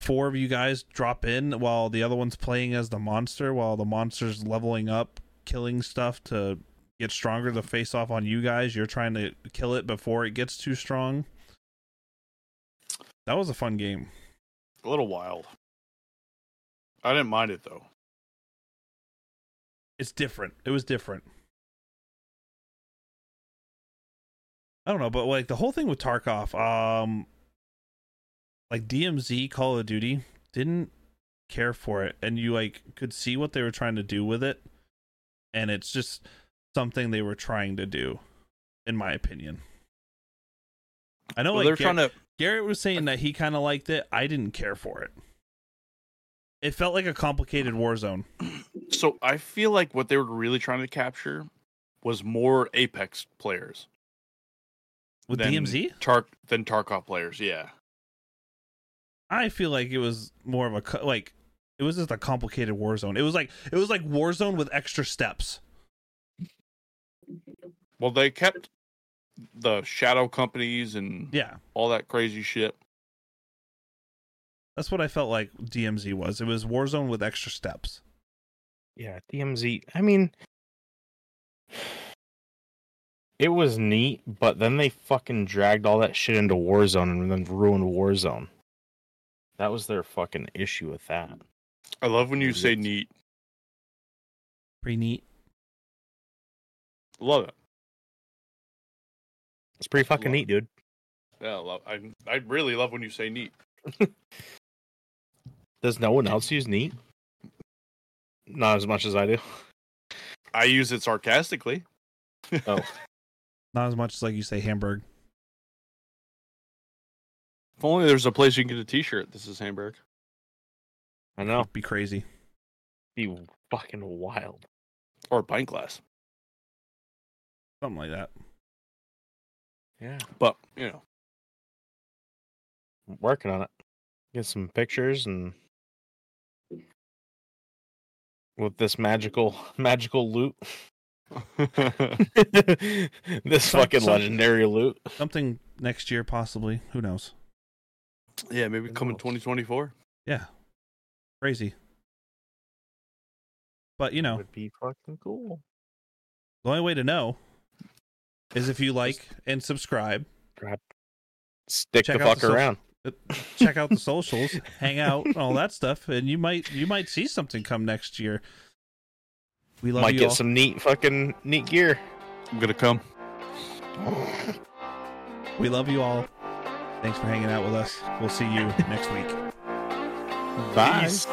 Speaker 1: four of you guys drop in while the other one's playing as the monster while the monster's leveling up killing stuff to get stronger to face off on you guys you're trying to kill it before it gets too strong that was a fun game
Speaker 3: A little wild. I didn't mind it though.
Speaker 1: it's different it was different i don't know but like the whole thing with tarkov um like dmz call of duty didn't care for it and you like could see what they were trying to do with it and it's just something they were trying to do in my opinion i know
Speaker 3: Well,
Speaker 1: like
Speaker 3: they're
Speaker 1: Gar-
Speaker 3: trying to.
Speaker 1: garrett was saying that he kind of liked it i didn't care for it it felt like a complicated war zone
Speaker 3: So I feel like what they were really trying to capture was more Apex players
Speaker 1: with
Speaker 3: than
Speaker 1: dmz
Speaker 3: Tark than Tarkov players. Yeah.
Speaker 1: I feel like it was more of a co- like it was just a complicated Warzone. It was like it was like Warzone with extra steps.
Speaker 3: Well, they kept the shadow companies and
Speaker 1: Yeah,
Speaker 3: all that crazy shit.
Speaker 1: that's what I felt like DMZ was. It was Warzone with extra steps.
Speaker 2: Yeah, DMZ. I mean, it was neat, but then they fucking dragged all that shit into Warzone and then ruined Warzone. That was their fucking issue with that.
Speaker 3: I love when you say
Speaker 2: Idiots.
Speaker 3: neat.
Speaker 1: Pretty neat.
Speaker 3: Love it.
Speaker 2: It's pretty fucking
Speaker 3: Love it.
Speaker 2: neat, dude.
Speaker 3: Yeah, I love. I I really love when you say neat.
Speaker 2: Does no one else use neat? Not as much as I do.
Speaker 3: I use it sarcastically.
Speaker 1: Not as much as like you say Hamburg.
Speaker 3: If only there's a place you can get a T-shirt. This is Hamburg.
Speaker 2: I know.
Speaker 1: It'd be crazy.
Speaker 2: Be fucking wild.
Speaker 3: or a pint glass.
Speaker 1: Something like that.
Speaker 2: Yeah.
Speaker 3: But you know,
Speaker 2: I'm working on it. Get some pictures and with this magical *laughs* magical loot. this
Speaker 1: Some-
Speaker 2: fucking
Speaker 1: some-
Speaker 2: legendary loot.
Speaker 1: Something next year possibly. Who knows?
Speaker 3: yeah, maybe come in
Speaker 2: knows?
Speaker 3: 2024.
Speaker 1: Yeah, crazy. But you know,
Speaker 2: would be fucking cool.
Speaker 1: the only way to know is if you like and subscribe.
Speaker 2: Stick
Speaker 1: Check
Speaker 2: the
Speaker 1: out the
Speaker 2: fuck
Speaker 1: social-
Speaker 2: around.
Speaker 1: check out the socials, hang out, and all that stuff, and you might you might see something come next year. We love
Speaker 2: Might
Speaker 1: you
Speaker 2: get
Speaker 1: all.
Speaker 2: some neat fucking neat gear.
Speaker 3: I'm gonna come.
Speaker 1: We love you
Speaker 2: *laughs*
Speaker 1: all. Thanks for hanging out with us. We'll see you next week.
Speaker 2: Bye.
Speaker 3: Peace.